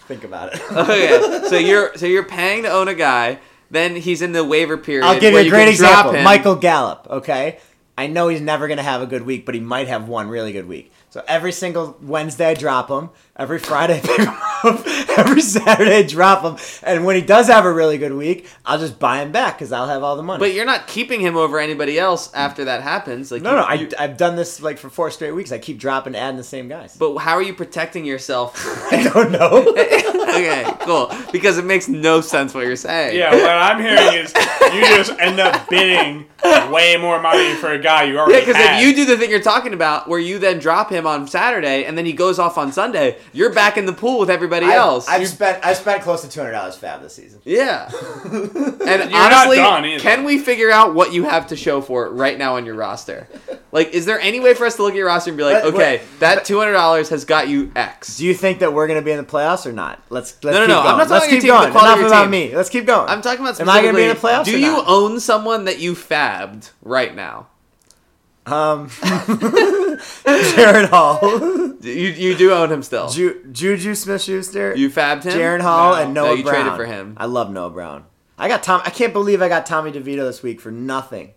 Think about it.
okay, so you're so you're paying to own a guy. Then he's in the waiver period.
I'll give you
where
a great
can drop
example.
him.
Michael Gallup, okay? I know he's never going to have a good week, but he might have one really good week. So every single Wednesday I drop him, every Friday I pick him up, every Saturday I drop him, and when he does have a really good week, I'll just buy him back cuz I'll have all the money.
But you're not keeping him over anybody else after that happens. Like
no,
you-
no, I,
you-
I've done this like for four straight weeks. I keep dropping, adding the same guys.
But how are you protecting yourself
I don't know.
okay, cool. Because it makes no sense what you're saying.
Yeah, what I'm hearing is you just end up bidding way more money for a guy you
Yeah,
already
because
had.
if you do the thing you're talking about, where you then drop him on Saturday and then he goes off on Sunday, you're back in the pool with everybody else.
I've, spent I spent close to two hundred dollars fab this season.
yeah. and
not done
honestly,
either.
can we figure out what you have to show for it right now on your roster? Like, is there any way for us to look at your roster and be like,
But-
okay, that two hundred dollars has got you X?
Do you think that we're going to be in the playoffs or not? Let's let's
No, no,
keep
no, I'm not
going. let's
talking
keep
your team,
going.
the quality of
Enough
your
about
team.
me. Let's keep going.
I'm talking about
Am I
specifically.
going to be in the playoffs?
Do
or
you
not?
own someone that you fabbed right now?
Um, Jared Hall,
You you do own him still.
Ju- Juju Smith-Schuster,
You fabbed him.
Jared Hall, and
No,
Noah
you
Brown.
traded for him.
I love Noah Brown. I got Tom. I can't believe I got Tommy DeVito this week for nothing.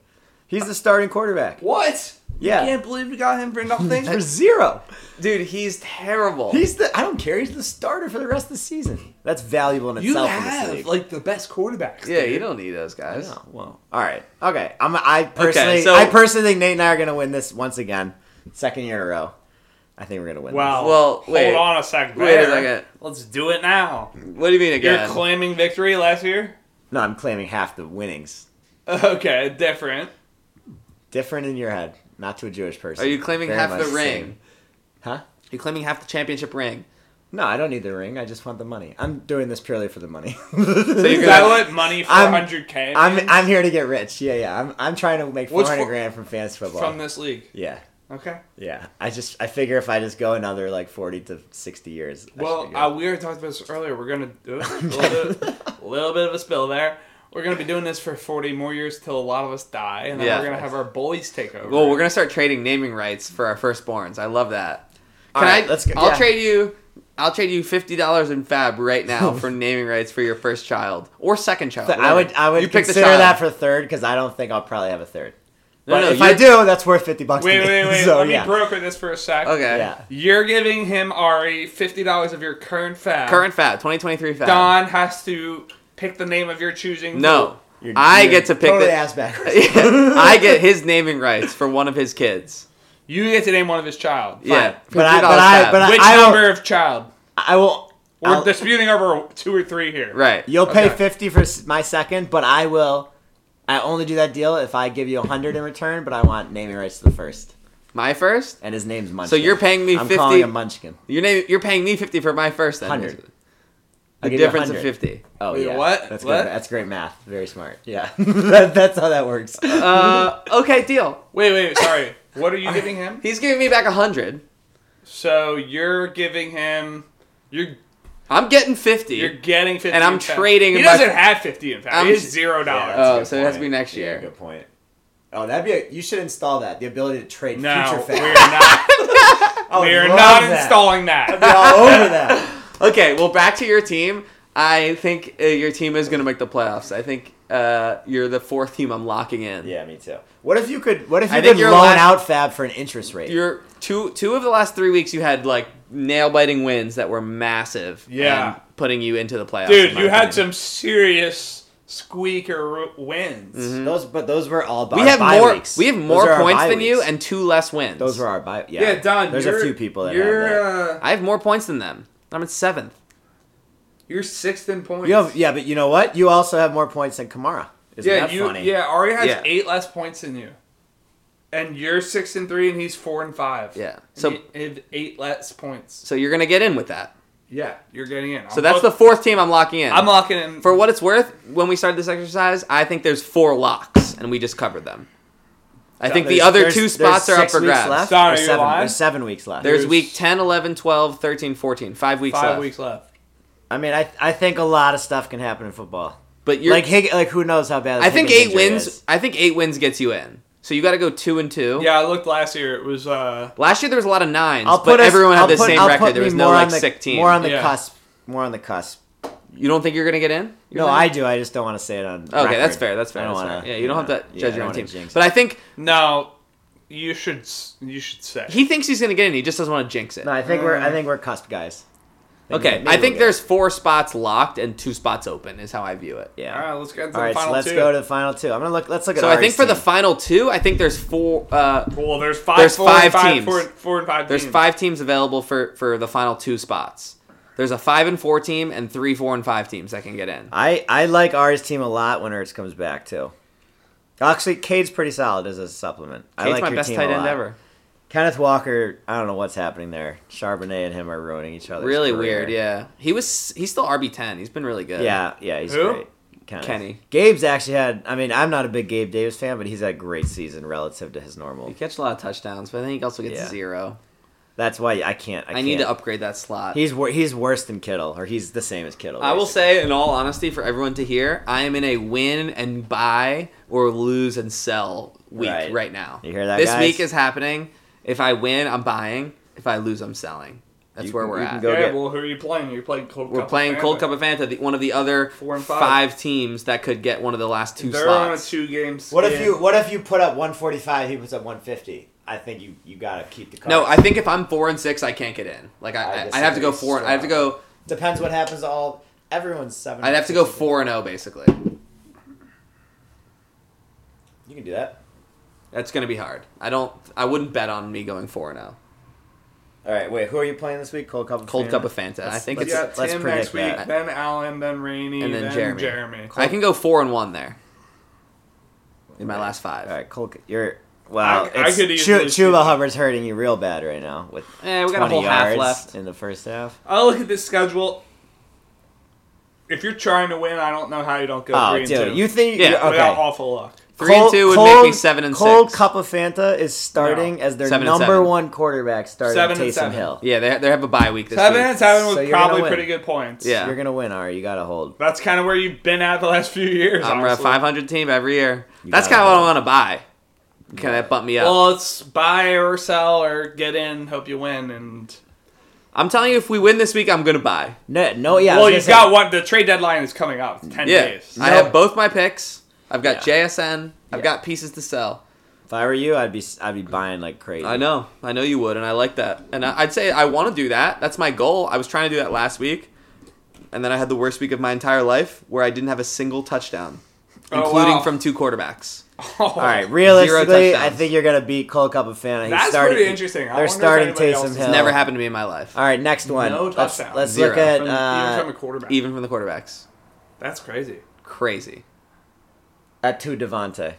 He's the starting quarterback
what?
Yeah.
You can't believe you got him for nothing?
for zero.
Dude, he's terrible.
He's the. I don't care. He's the starter for the rest of the season. That's valuable in
you
itself in this
have
league.
like the best quarterbacks.
yeah,
dude.
you don't need those guys.
Oh, well, all right. Okay. I'm. I personally.
so-
I personally think Nate and I are gonna win this once again, second year in a row. I think we're gonna win.
Wow.
Well, wait.
Hold on a sec.
Wait a
there.
second.
Let's do it now.
What do you mean
You're
again?
claiming victory last year?
this. No, I'm claiming half the winnings.
Okay, different.
Different in your head, not to a Jewish person.
Are you claiming
Very
half
much
the
same.
ring?
Huh?
You're claiming half the championship ring.
No, I don't need the ring. I just want the money. I'm doing this purely for the money.
you're
Is
gonna-
that what money for
I'm-
100k
I'm
means
I'm here to get rich. Yeah, yeah. I'm I'm trying to make four
What's
hundred
for-
grand from fans football.
from this league?
yeah,
Okay.
yeah. I just I figure if I just go another like forty to sixty years. I should
Well,
be good.
uh, we already talked about this earlier. We're gonna do it. a little, bit, a little bit of a spill there. We're gonna be doing this for 40 more years till a lot of us die, and then
Yeah.
we're gonna have our bullies take over.
Well, we're gonna start trading naming rights for our firstborns. I love that.
All
Can
right,
I?
let's go.
I'll
Yeah.
trade you. I'll trade you fifty dollars in Fab right now for naming rights for your first child or second child.
But I would
whatever.
I would
You pick the
consider
child.
that for third because I don't think I'll probably have a third.
No,
But
no,
if I
you're-
do, that's worth fifty bucks.
wait,
to me.
wait, wait.
So
Let
yeah,
me broker this for a sec.
Okay.
yeah.
You're giving him Ari fifty dollars of your current fab.
Current Fab, twenty twenty three Fab.
Don has to pick the name of your choosing.
No,
You're-
I
you're
get to pick
totally
the.
ass backwards.
I get his naming rights for one of his kids.
You get to name one of his child.
Yeah,
But
$50
I- but I-
Fab.
but I-
Which
will-
number of child?
I will.
We're
I'll-
disputing over two or three here.
right.
You'll pay
Okay.
fifty for s- my second, but I will. I only do that deal if I give you a hundred in return, but I want naming rights to the first,
My first.
and his name's Munchkin.
So you're paying me
I'm
50
calling him Munchkin.
Your name. You're paying me fifty for my first. Then.
100.
The
I'll give you
difference of
100.
fifty.
Oh
Wait,
yeah,
what?
That's
What?
Good. That's great math. Very smart. Yeah, that, that's how that works.
Uh, okay, deal.
Wait, wait. Sorry. What are you giving him?
He's giving me back a hundred.
So you're giving him. You're
I'm getting 50
you're getting fifty.
And I'm
in fact.
trading
He
my-
doesn't have fifty in fact.
I'm-
he has zero dollars.
that's- Oh, so it has to be next
Yeah,
year.
good point. Oh, that'd be a, you should install that the ability to trade
no,
future
we're
fans.
not. we're not installing
Be
that.
all over that.
Okay, well, back to your team. I think uh, your team is going to make the playoffs. I think uh, you're the fourth team I'm locking in.
Yeah, me too. What if you could? What if
I
you
think
could
you're
loan
allowed-
out Fab for an interest rate?
You're two two of the last three weeks you had like nail biting wins that were massive.
Yeah.
and putting you into the playoffs.
Dude,
in my
you had
opinion.
some serious squeaker wins.
Mm-hmm.
Those, but those were all. By,
We have
bye
more.
Weeks.
We have
Those
more
are our
points
bye
than you
weeks.
and two less wins.
those were our bye. Yeah,
Yeah, Don.
There's
you're,
a few people that
you're
have that.
Uh,
I have more points than them. I'm at seventh.
you're sixth in points.
You have, yeah, but you know what? You also have more points than Kamara. Isn't
yeah,
that
you,
funny?
yeah. Ari has
Yeah.
eight less points than you, and you're six and three, and he's four and five.
Yeah.
And
So-
he- he had eight less points.
So you're gonna get in with that.
Yeah, you're getting in.
So that's the fourth team I'm locking in.
I'm locking in
For what it's worth, when we started this exercise, I think there's four locks, and we just covered them. I think the
There's-
other
there's-
two
there's
spots are up
six
for
weeks
grabs.
Left,
Sorry,
or
you
seven,
lied?
there's seven weeks left.
There's
There's-
week 10, 11, 12, 13, 14. Five weeks
five
left.
weeks left.
I mean, I I think a lot of stuff can happen in football.
But you're,
like Hig, like who knows how bad?
I think
Higgins
eight
injury
wins.
is.
I think eight wins gets you in. So you got to go two and two.
Yeah, I looked last year. It was uh,
Last year there was a lot of 9s
I'll
but
put us-
everyone had
I'll
the
put-
same
I'll
record.
put
There was
me
no
more
like
on the-
sick team.
More on the
Yeah.
cusp. More on the cusp.
you don't think you're gonna get in? You're
No,
saying?
I do. I just don't want to say it on.
Okay, that's fair. That's fair.
I don't
that's fair.
wanna-
Yeah, you don't
yeah,
have to
yeah,
judge
I
your
don't
own team.
wanna jinx
But I think
no. You should s- you should say
he thinks he's gonna get in. He just doesn't want to jinx it.
No, I think we're I think we're cusp guys. Think
Okay,
maybe
I
we'll
think
get
there's four spots locked and two spots open is how I view it.
it.
All
yeah.
right, let's get into
All
the
right,
final
so let's
two.
go to the final two. I'm gonna look. Let's look at.
So I think
Ari's
for the
team.
final two, I think there's four. Uh,
well, there's five.
There's
four and
five
five,
teams.
Four, and- four and five.
there's
teams.
five teams available for for the final two spots. There's a five and four team and three, four and five teams that can get in.
I I like Ari's team a lot when Ertz comes back too. Actually, Cade's pretty solid as a supplement. I
Kate's
like
my
your
best
team
tight
a
end
lot.
ever.
Kenneth Walker, I don't know what's happening there. Charbonnet and him are ruining each other.
Really weird, yeah. He was he's still RB ten. He's been really good.
Yeah, yeah, he's
Who?
great. Kenneth.
Kenny.
Gabe's actually had. I mean, I'm not a big Gabe Davis fan, but he's had a great season relative to his
He
normal.
catches a lot of touchdowns, but I think he also gets
Yeah.
zero.
That's why I can't. I,
I, need
can't.
to upgrade that slot.
He's wor- he's worse than Kittle, or he's the same as Kittle.
I will
basically.
say, in all honesty, for everyone to hear, I am in a win and buy or lose and sell week right,
Right.
now.
You hear that,
This
guys?
week is happening. If I win, I'm buying. If I lose, I'm selling. That's
You
where
can-
we're
you can
at.
go
yeah,
get-
well, who are you playing? You're playing Cold
We're
Cup of
playing Cold
Family.
Cup of Fanta, the, one of the other
Four and
five.
five.
teams that could get one of the last two
They're on a
slots.
two games.
What if you What if you put up 145? He puts up 150. I think you you gotta keep the. Cards.
No, I think if I'm four and six, I can't get in. Like I, I,
I
I'd have to go
disagree
four. I have to go.
depends what happens. To all everyone's seven.
I'd have to go four and zero basically.
You can do that.
oh. That's gonna be hard. I don't. I wouldn't bet on me going four and zero.
All right, wait. Who are you playing this week? Cold cup. Of
Cold
Fanta?
cup of Fanta. I think
We
it's.
let's-
got Tim next
predict that.
week, then Allen, then Rainey,
And then Jeremy.
Jeremy.
I can go four and one there. In my last five.
All right, cold. cu- You're wow.
I- I
it's-
could
Chu-
easily see
Chuba
that.
Hubbard's hurting you real bad right now with
Eh, we got a
20
whole half
yards
left.
in the first half.
I'll look at this schedule. If you're trying to win, I don't know how you don't go
Oh,
three and
dude,
two.
you think?
Yeah,
Yeah,
Without
okay.
awful luck.
Three and two would make me seven and
cold
six.
cup of Fanta is starting as their
Seven and
number
seven.
one quarterback, starting
Seven and
Taysom
seven.
Hill.
Yeah, they, they have a bye week this
Seven
week.
and seven was
So you're gonna
probably
win.
pretty good points.
Yeah.
You're gonna win, Ari. You gotta hold.
That's kind of where you've been at the last few years.
I'm a
honestly.
500 team every year.
You
That's
got
kind of
it.
what I want to buy. Can that bump me up?
Well, it's buy or sell or get in, hope you win, and
I'm telling you, if we win this week, I'm gonna buy.
No, no, yeah. I
well,
was
you
gonna say-
got one. The trade deadline is coming up. Ten
Yeah,
days.
I
No.
have both my picks. I've got JSN. I've
Yeah.
got pieces to sell.
If I were you, I'd be I'd be buying like crazy.
I know, I know you would, and I like that. And I- I'd say I want to do that. That's my goal. I was trying to do that last week, and then I had the worst week of my entire life, where I didn't have a single touchdown,
Oh,
including
wow.
from two quarterbacks.
All right, realistically, I
touchdowns.
think you're gonna beat Cole Cup of Fanta. He's
That's
starting,
pretty interesting. I
They're
wonder if
starting
anybody else
Taysom
is-
Hill.
Never happened to me in my life,
All right, next one.
No
let's
touchdowns.
let's
Zero.
look at
From- even from
uh,
a quarterback.
even from the quarterbacks.
That's crazy.
Crazy.
at two Devonte.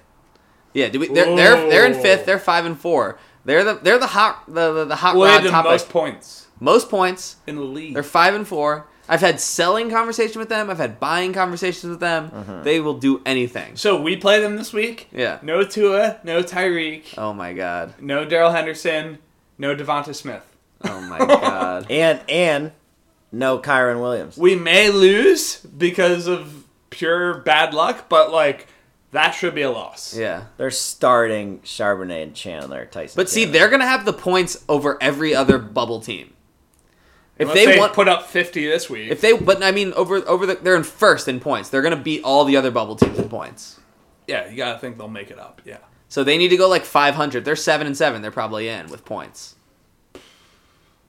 Yeah, do we? They're, they're they're in
Whoa.
fifth. They're five and four. They're the they're the hot the the, the hot
Well, they
rod
had the
topic.
most points
most points.
in the league.
They're five and four. I've had selling conversations with them. I've had buying conversations with them. They will do anything.
so we play them this week.
Yeah.
No Tua, no Tyreek,
Oh my god.
no Daryl Henderson, no Devonta Smith.
Oh my god.
And and no Kyron Williams.
We may lose because of pure bad luck, but like that should be a loss.
Yeah.
They're starting Charbonnet and Chandler Tyson.
But see,
Chandler.
they're gonna have the points over every other bubble team. If
Unless
they,
they,
want,
put up fifty this week.
if they, but I mean, over over the, they're in first in points. They're gonna beat all the other bubble teams in points.
yeah, you gotta think they'll make it up. Yeah.
So they need to go like 500. They're seven and seven. They're probably in with points.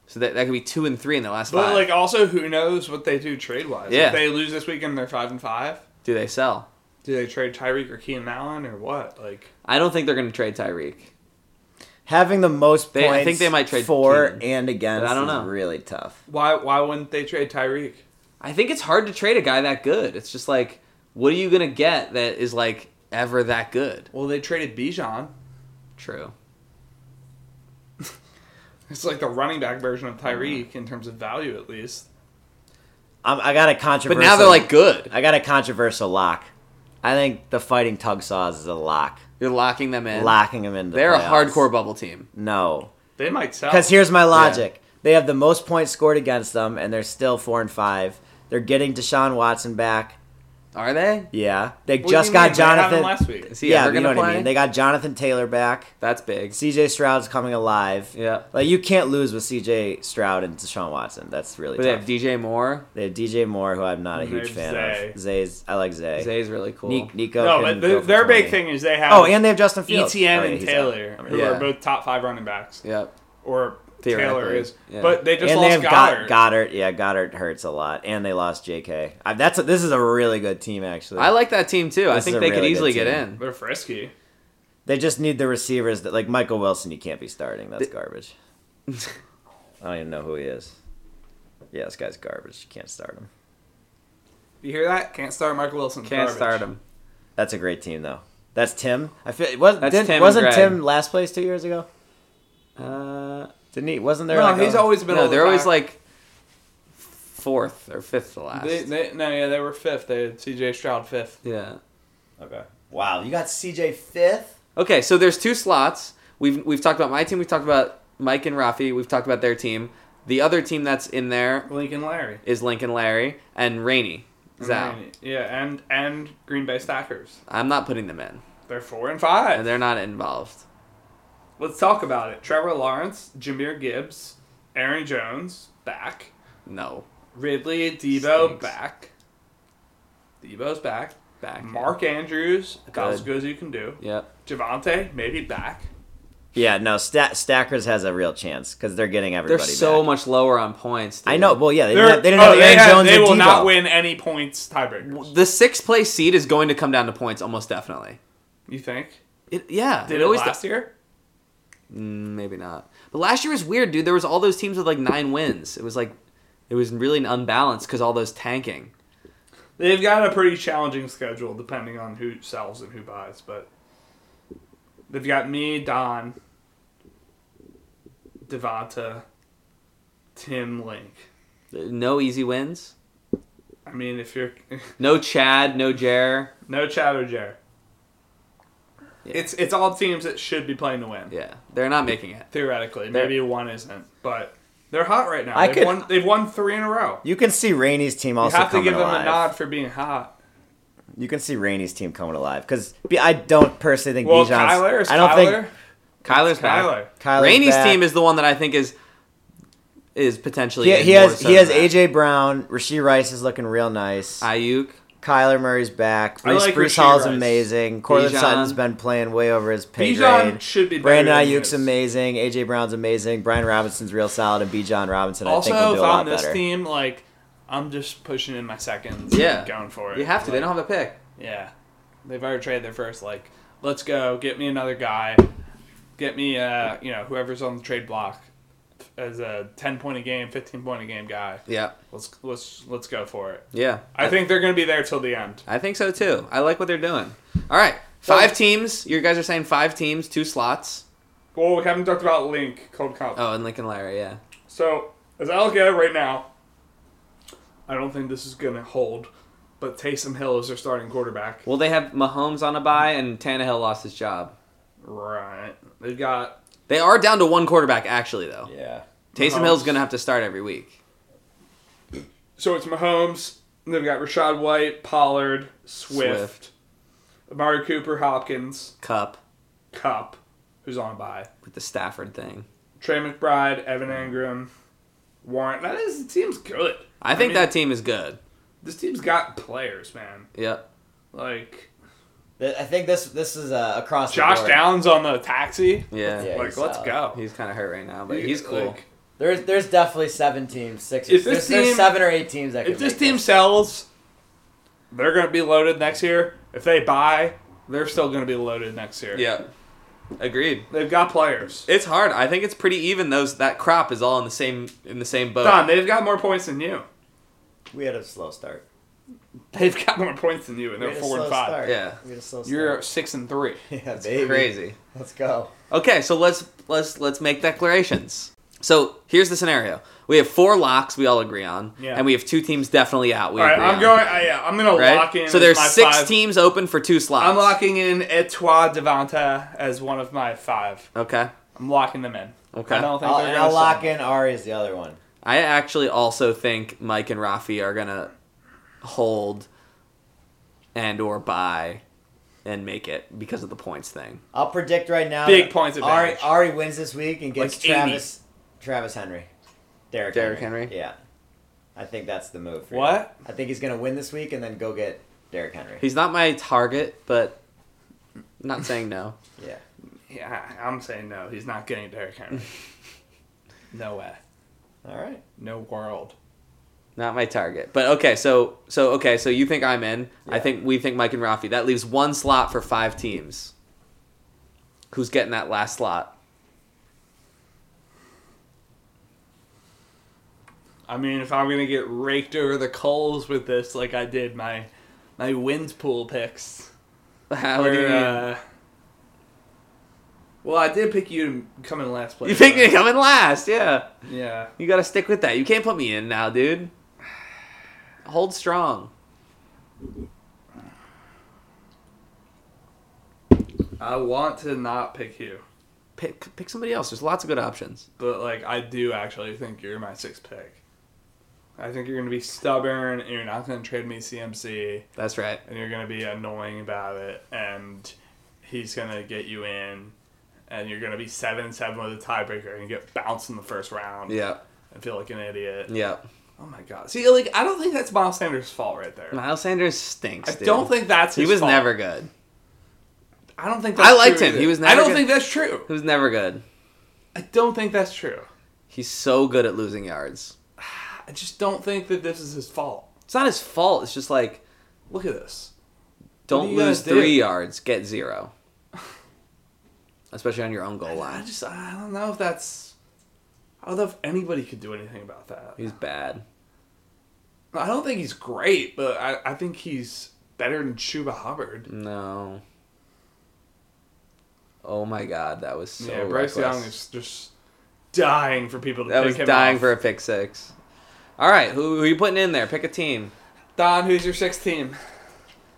So that, that could be two and three in their last
But
five.
like, also, who knows what they do trade wise?
Yeah.
If they lose this week and they're five and five,
Do they sell?
do they trade Tyreek or Keenan Allen or what? Like,
I don't think they're going to trade Tyreek.
having the most
They- I
points.
think they might trade
for
Keenan.
and against.
But I don't know.
Is really tough.
why? Why wouldn't they trade Tyreek?
I think it's hard to trade a guy that good. It's just like, what are you going to get that is like ever that good?
Well, they traded Bijan.
True.
It's like the running back version of Tyreek
Mm-hmm.
in terms of value, at least.
I'm, I got a
But
controversial.
now they're like good.
I got a controversial lock. I think the fighting tug saws is a lock.
You're locking them in.
Locking him in. The
they're
playoffs.
a hardcore bubble team.
No,
They might sell.
Because here's my logic: they have the most points scored against them, and they're still four and five. They're getting Deshaun Watson back.
Are they?
Yeah, they
What do
just
you
got
mean? They had him
Jonathan.
last week.
Is he
Yeah,
ever
you
going
know
to
what
play?
I mean. They got Jonathan Taylor back.
That's big.
C.J. Stroud's coming alive.
Yeah.
Like you can't lose with C.J. Stroud and Deshaun Watson. That's really
But they have
tough.
DJ Moore.
They have DJ Moore, who I'm not a
And they
huge
have
fan
Zay.
of. Zay's I like Zay.
Zay's really cool.
Ni- Nico.
no,
can
but
go
the,
for
their
20.
big thing is they have.
Oh, and they have Justin Fields.
ETN
Oh, yeah,
E and
he's out.
Taylor, who
Yeah.
are both top five running backs,
Yep.
or Taylor
Theoretically,
is.
yeah.
But they just
and they
lost
have Goddard.
Goddard.
Goddard. Yeah, Goddard hurts a lot, and they lost J.K. I, that's a, this is a really good team actually.
I like that team too. I
This is
think
a
they could
really good
easily get
team.
in.
They're frisky.
They just need the receivers that like Michael Wilson. You can't be starting. That's garbage. I don't even know who he is. Yeah, this guy's garbage. You can't start him.
You hear that? Can't start Michael Wilson.
Can't
Garbage.
start him.
That's a great team though. That's Tim. I feel it wasn't
That's
didn't-
Tim and
wasn't
Greg.
Tim last place two years ago.
Uh,
Didn't he? Wasn't there?
No,
like
he's
a-
always been.
no,
all the
they're always
back.
like fourth or fifth to last.
They, they, no, yeah, they were fifth. They had CJ Stroud fifth.
yeah.
Okay. Wow, you got C.J. fifth.
Okay, so there's two slots. We've we've talked about my team. We've talked about Mike and Rafi. We've talked about their team. The other team that's in there
Lincoln Larry.
is Lincoln Larry and Rainey. Is out.
Right. Yeah, and and Green Bay Stackers.
I'm not putting them in,
They're four and five.
and they're not involved.
Let's talk about it. Trevor Lawrence, Jameer Gibbs, Aaron Jones back,
No,
Ridley Debo
Stinks.
back, Debo's back,
back.
Mark Andrews about
Good.
as good as you can do.
Yep.
Javante maybe back.
Yeah, no. Sta- Stackers has a real chance because they're getting
They're
everybody.
so
back.
much lower on points. Dude.
I know. Well, yeah, they didn't
They're-
have, they didn't
oh,
have Aaron
have-
Jones
they
and
will
Debo.
not win any points tiebreakers.
the sixth place seed is going to come down to points almost definitely.
You think?
It, yeah.
Did
it
it
always
last year?
Mm, maybe not. But last year was weird, dude. There was all those teams with like nine wins. It was like, it was really unbalanced because all those tanking.
They've got a pretty challenging schedule depending on who sells and who buys, but they've got me, Don, Devonta, Tim Link.
No easy wins.
I mean, if you're
No Chad. No Jer.
no Chad or Jer,
Yeah.
it's it's all teams that should be playing to win.
Yeah, they're not making it.
Theoretically, maybe one isn't, but they're hot right now.
I
they've
could-
won. They've won three in a row.
You can see Rainey's team
You
also
have to
coming
give them a
alive.
nod for being hot.
You can see Rainey's team coming alive because I don't personally think
Well,
Bijan's.
Kyler is
I don't
Kyler.
Kyler's
Kyler.
back.
Kyler's
Rainey's
back.
team is the one that I think is is potentially.
He,
in
he
more
has
so
he has
than that.
AJ Brown. Rasheed Rice is looking real nice.
Ayuk.
Kyler Murray's back.
I
Brees,
like
Brees
Rasheed
Hall's
Rice.
amazing. Cortland
Bijan.
Sutton's been playing way over his pay
Bijan
grade.
should be better
Brandon
than he
Ayuk's
is.
amazing. AJ Brown's amazing. Brian Robinson's real solid, and Bijan Robinson
also,
I think will
if
do a lot
I'm this
better.
team, like I'm just pushing in my seconds.
Yeah.
and going for it.
You have to. They
Like,
don't have a pick.
Yeah. They've already traded their first, like, let's go, get me another guy, get me, uh, you know, whoever's on the trade block as a 10 point a game, 15 point a game guy.
Yeah.
Let's, let's, let's go for it.
Yeah.
I think they're going to be there till the end.
I think so too. I like what they're doing. All right. Five teams. You guys are saying five teams, two slots.
Well, we haven't talked about Link, Cold Comp.
Oh, and Lincoln Larry, yeah.
So, as I look at it right now, I don't think this is going to hold, but Taysom Hill is their starting quarterback.
Well, they have Mahomes on a bye, and Tannehill lost his job.
Right. They've got.
They are down to one quarterback, actually, though.
Yeah.
Taysom
Mahomes.
Hill's going to have to start every week.
So it's Mahomes. and They've got Rashad White, Pollard, Swift,
Swift.
Amari Cooper, Hopkins,
Cup
Cup, who's on by
with the Stafford thing.
Trey McBride, Evan Ingram, Warren. That is, this team's good.
I think
mean,
that team is good.
this team's got players, man.
Yep.
Like
I think this this is uh, across
Josh
the board.
Downs on the taxi.
Yeah.
Yeah.
like
he's
let's
solid.
go.
He's kind of hurt right now, but he's cool.
Like,
There's there's definitely seven teams, six.
If this
there's, there's
team-
seven or eight teams that
if
could
this
make
team sells, they're gonna be loaded next year. If they buy, they're still gonna be loaded next year.
yeah. Agreed.
They've got players.
It's hard. I think it's pretty even. Those that crop is all in the same in the same boat.
Don, they've got more points than you.
We had a slow start.
They've got more points than you, and
We
they're
had a
four
slow
and five.
start.
Yeah.
We had a slow start.
You're six and three.
yeah, baby.
Crazy.
Let's go.
Okay, so let's let's let's make declarations. So here's the scenario: we have four locks we all agree on,
Yeah.
and we have two teams definitely out. We
All right,
agree
I'm
on.
going. I, yeah, I'm gonna
Right?
lock in.
so there's
my
six
five.
teams open for two slots.
I'm locking in Etoile Devonta as one of my five.
Okay.
I'm locking them in.
Okay.
I don't think
I'll,
they're
and
gonna
I'll lock
sell.
in Ari as the other one.
I actually also think Mike and Rafi are gonna hold and or buy and make it because of the points thing.
I'll predict right now.
Big
that
points
Ari,
advantage.
Ari wins this week and gets
Like 80.
Travis Travis Henry. Derrick
Derrick Henry?
Yeah. I think that's the move. For
What?
him. I think he's going to win this week and then go get Derrick Henry.
He's not my target, but not saying no.
Yeah.
Yeah, I'm saying no. He's not getting Derrick Henry. no way.
All right.
No world.
Not my target. But okay, so so okay, so you think I'm in. I
Yeah.
think we think Mike and Rafi. That leaves one slot for five teams. Who's getting that last slot?
I mean, if I'm gonna get raked over the coals with this, like I did my my wins pool picks.
How do you
where,
mean?
uh, well, I did pick you to come in last place.
You picked me
but-
to come in last, yeah.
Yeah.
You gotta stick with that. You can't put me in now, dude. Hold strong.
I want to not pick you,
Pick pick somebody else. There's lots of good options.
but like I do actually think you're my sixth pick. I think you're gonna be stubborn, and you're not gonna trade me CMC,
That's right.
and you're gonna be annoying about it, and he's gonna get you in, and you're gonna be seven and seven with a tiebreaker, and get bounced in the first round,
Yeah.
and feel like an idiot.
Yeah.
Oh my god! See, like I don't think that's Miles Sanders' fault right there.
Miles Sanders stinks.
I
dude.
don't think that's
he
his
was
fault.
never good.
I don't think
I
that's
liked
true
him.
either.
He was
I
never
don't
good-
think that's true.
He was never good.
I don't think that's true.
He's so good at losing yards.
I just don't think that this is his fault.
It's not his fault. It's just like
Look at this.
don't
do you
lose
guys do?
three yards, get zero. especially on your own goal
I
line.
just I don't know if that's. I don't know if anybody could do anything about that.
He's bad.
I don't think he's great, but I, I think he's better than Chuba Hubbard.
Mm, No. Oh my God, that was so.
yeah,
reckless.
Bryce Young is just dying for people to
That
pick
was
him
dying
off.
for a pick six. All right, who, who are you putting in there? Pick a team.
Don, who's your sixth team?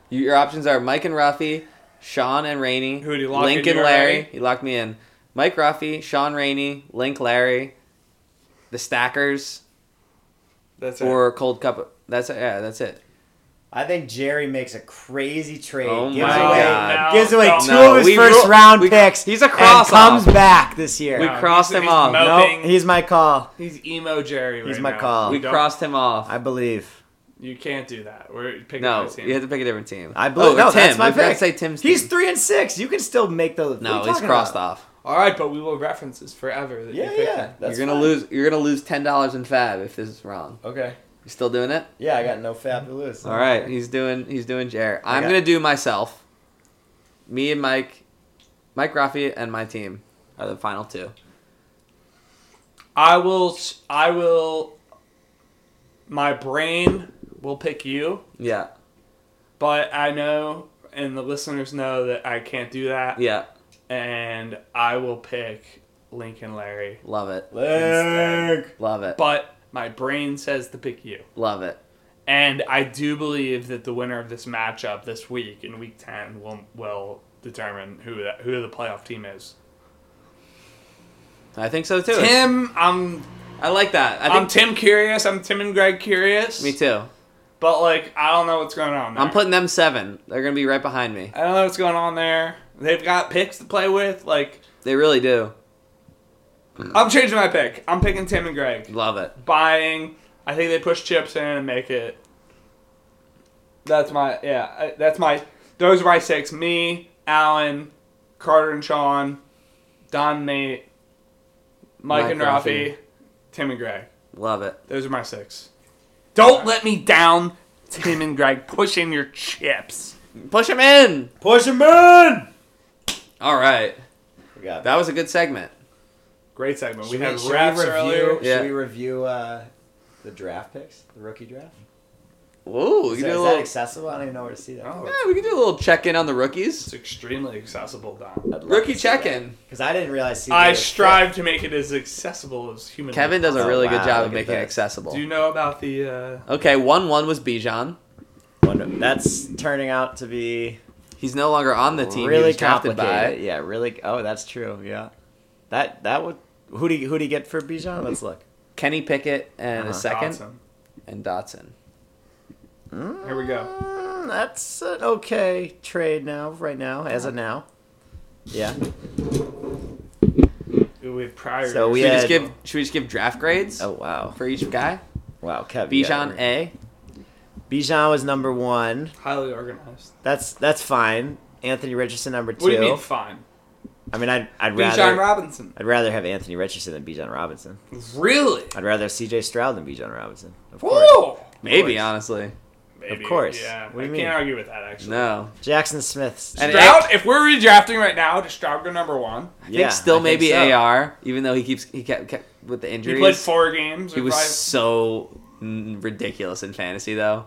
You, your options are Mike and Ruffy, Sean and Rainey,
Who do you lock in?
Link
You
and Larry.
already?
You locked me in. Mike Ruffy, Sean Rainey, Link Larry, the Stackers,
That's
or Cold Cup. That's it. Yeah, that's it.
I think Jerry makes a crazy trade.
Oh
gives
my
away,
God.
gives away
No,
two
no,
of
we
his first
ru-
round
we-
picks.
he's a
and
cross-off.
comes back this year.
We
No,
crossed
he's-
him
he's
off.
moping.
no, he's my call.
He's emo Jerry. Right
He's my
now.
call.
We
don't-
crossed him off.
I believe.
You can't do that. We're picking
no,
our team.
you have to pick a different team.
I believe.
Oh,
no,
Tim.
that's my
I forgot
pick.
to say Tim's.
He's
team.
three and six. You can still make those.
no, he's crossed off.
All right, but we will reference this forever. That
Yeah,
you picked
yeah.
him.
That's
you're gonna
fine.
lose. You're gonna lose ten dollars in Fab if this is wrong.
Okay.
You still doing it?
Yeah, I got no fab to lose.
All right, he's doing he's doing Jared. I'm
Okay.
gonna do myself. Me and Mike, Mike Rafi and my team are the final two.
I will. I will. My brain will pick you,
Yeah,
but I know, and the listeners know that I can't do that.
yeah,
And I will pick Lincoln Larry.
love it,
Leg.
love it,
But my brain says to pick you.
love it.
And I do believe that the winner of this matchup this week in Week Ten will will determine who that, who the playoff team is.
I think so too.
Tim, I'm
I like that. I think
I'm Tim curious. I'm Tim and Greg curious.
me too.
But like, I don't know what's going on. There.
I'm putting them seven. They're gonna be right behind me.
I don't know what's going on there. They've got picks to play with. Like,
They really do.
I'm changing my pick. I'm picking Tim and Greg.
Love it.
Buying. I think they push chips in and make it. That's my yeah. I- That's my. Those are my six. Me, Alan, Carter and Sean, Don, Nate, Mike,
Mike
and
Rafi.
Rafi, Tim and Greg.
Love it.
Those are my six. Don't let me down, Tim and Greg. Push in your chips.
Push them in.
Push him in.
All right,
We got
that was a good segment.
Great segment.
Should
we had
should
raps
review,
earlier.
Yeah.
Should we review uh, the draft picks, the rookie draft?
Ooh, we can do
Is, that, is
a
that
little.
accessible? I don't even know where to see that.
Oh,
Yeah, we can do a little check in on the
It's
rookies.
extremely accessible, Don.
Rookie check in.
Because I didn't realize. CJ
I
was
strive to make it as accessible as humanly.
Kevin does a
Oh,
really
wow,
good job of
look at
making it
that.
accessible.
Do you know about the? Uh,
Okay, one one was Bijan.
fifth. Wonder- That's turning out to be
He's no longer on the team. he
really
was drafted
complicated.
by.
Yeah, really. Oh, that's true. Yeah, that that would. Who do you, who do you get for Bijan? Let's look.
Kenny Pickett and
Uh-huh.
a second
Dotson.
and Dotson.
Here we go.
Mm, that's an okay trade now. Right now, as of now. Yeah.
We have prior.
So we
Should we just
had-
give should we just give draft grades
Oh wow.
for each guy?
Wow, Kevin. you got
Bijan
it.
A.
Bijan was number one.
highly organized.
That's that's fine. Anthony Richardson number two.
What do you mean fine?
I mean, I'd I'd rather
Bijan Robinson.
I'd rather have Anthony Richardson than Bijan Robinson.
Really?
I'd rather have C.J. Stroud than Bijan Robinson. Of course.
Whoa.
Maybe honestly.
Maybe,
course.
Yeah.
What do you
I
mean?
can't argue with that actually.
No.
Jackson Smith.
And
Stroud. If we're redrafting right now, to Stroud go number one.
I think still maybe uh, AR, even though he keeps he kept, kept with the
He played
injuries.
four games.
He
or
was
five-
so mm, ridiculous in fantasy though.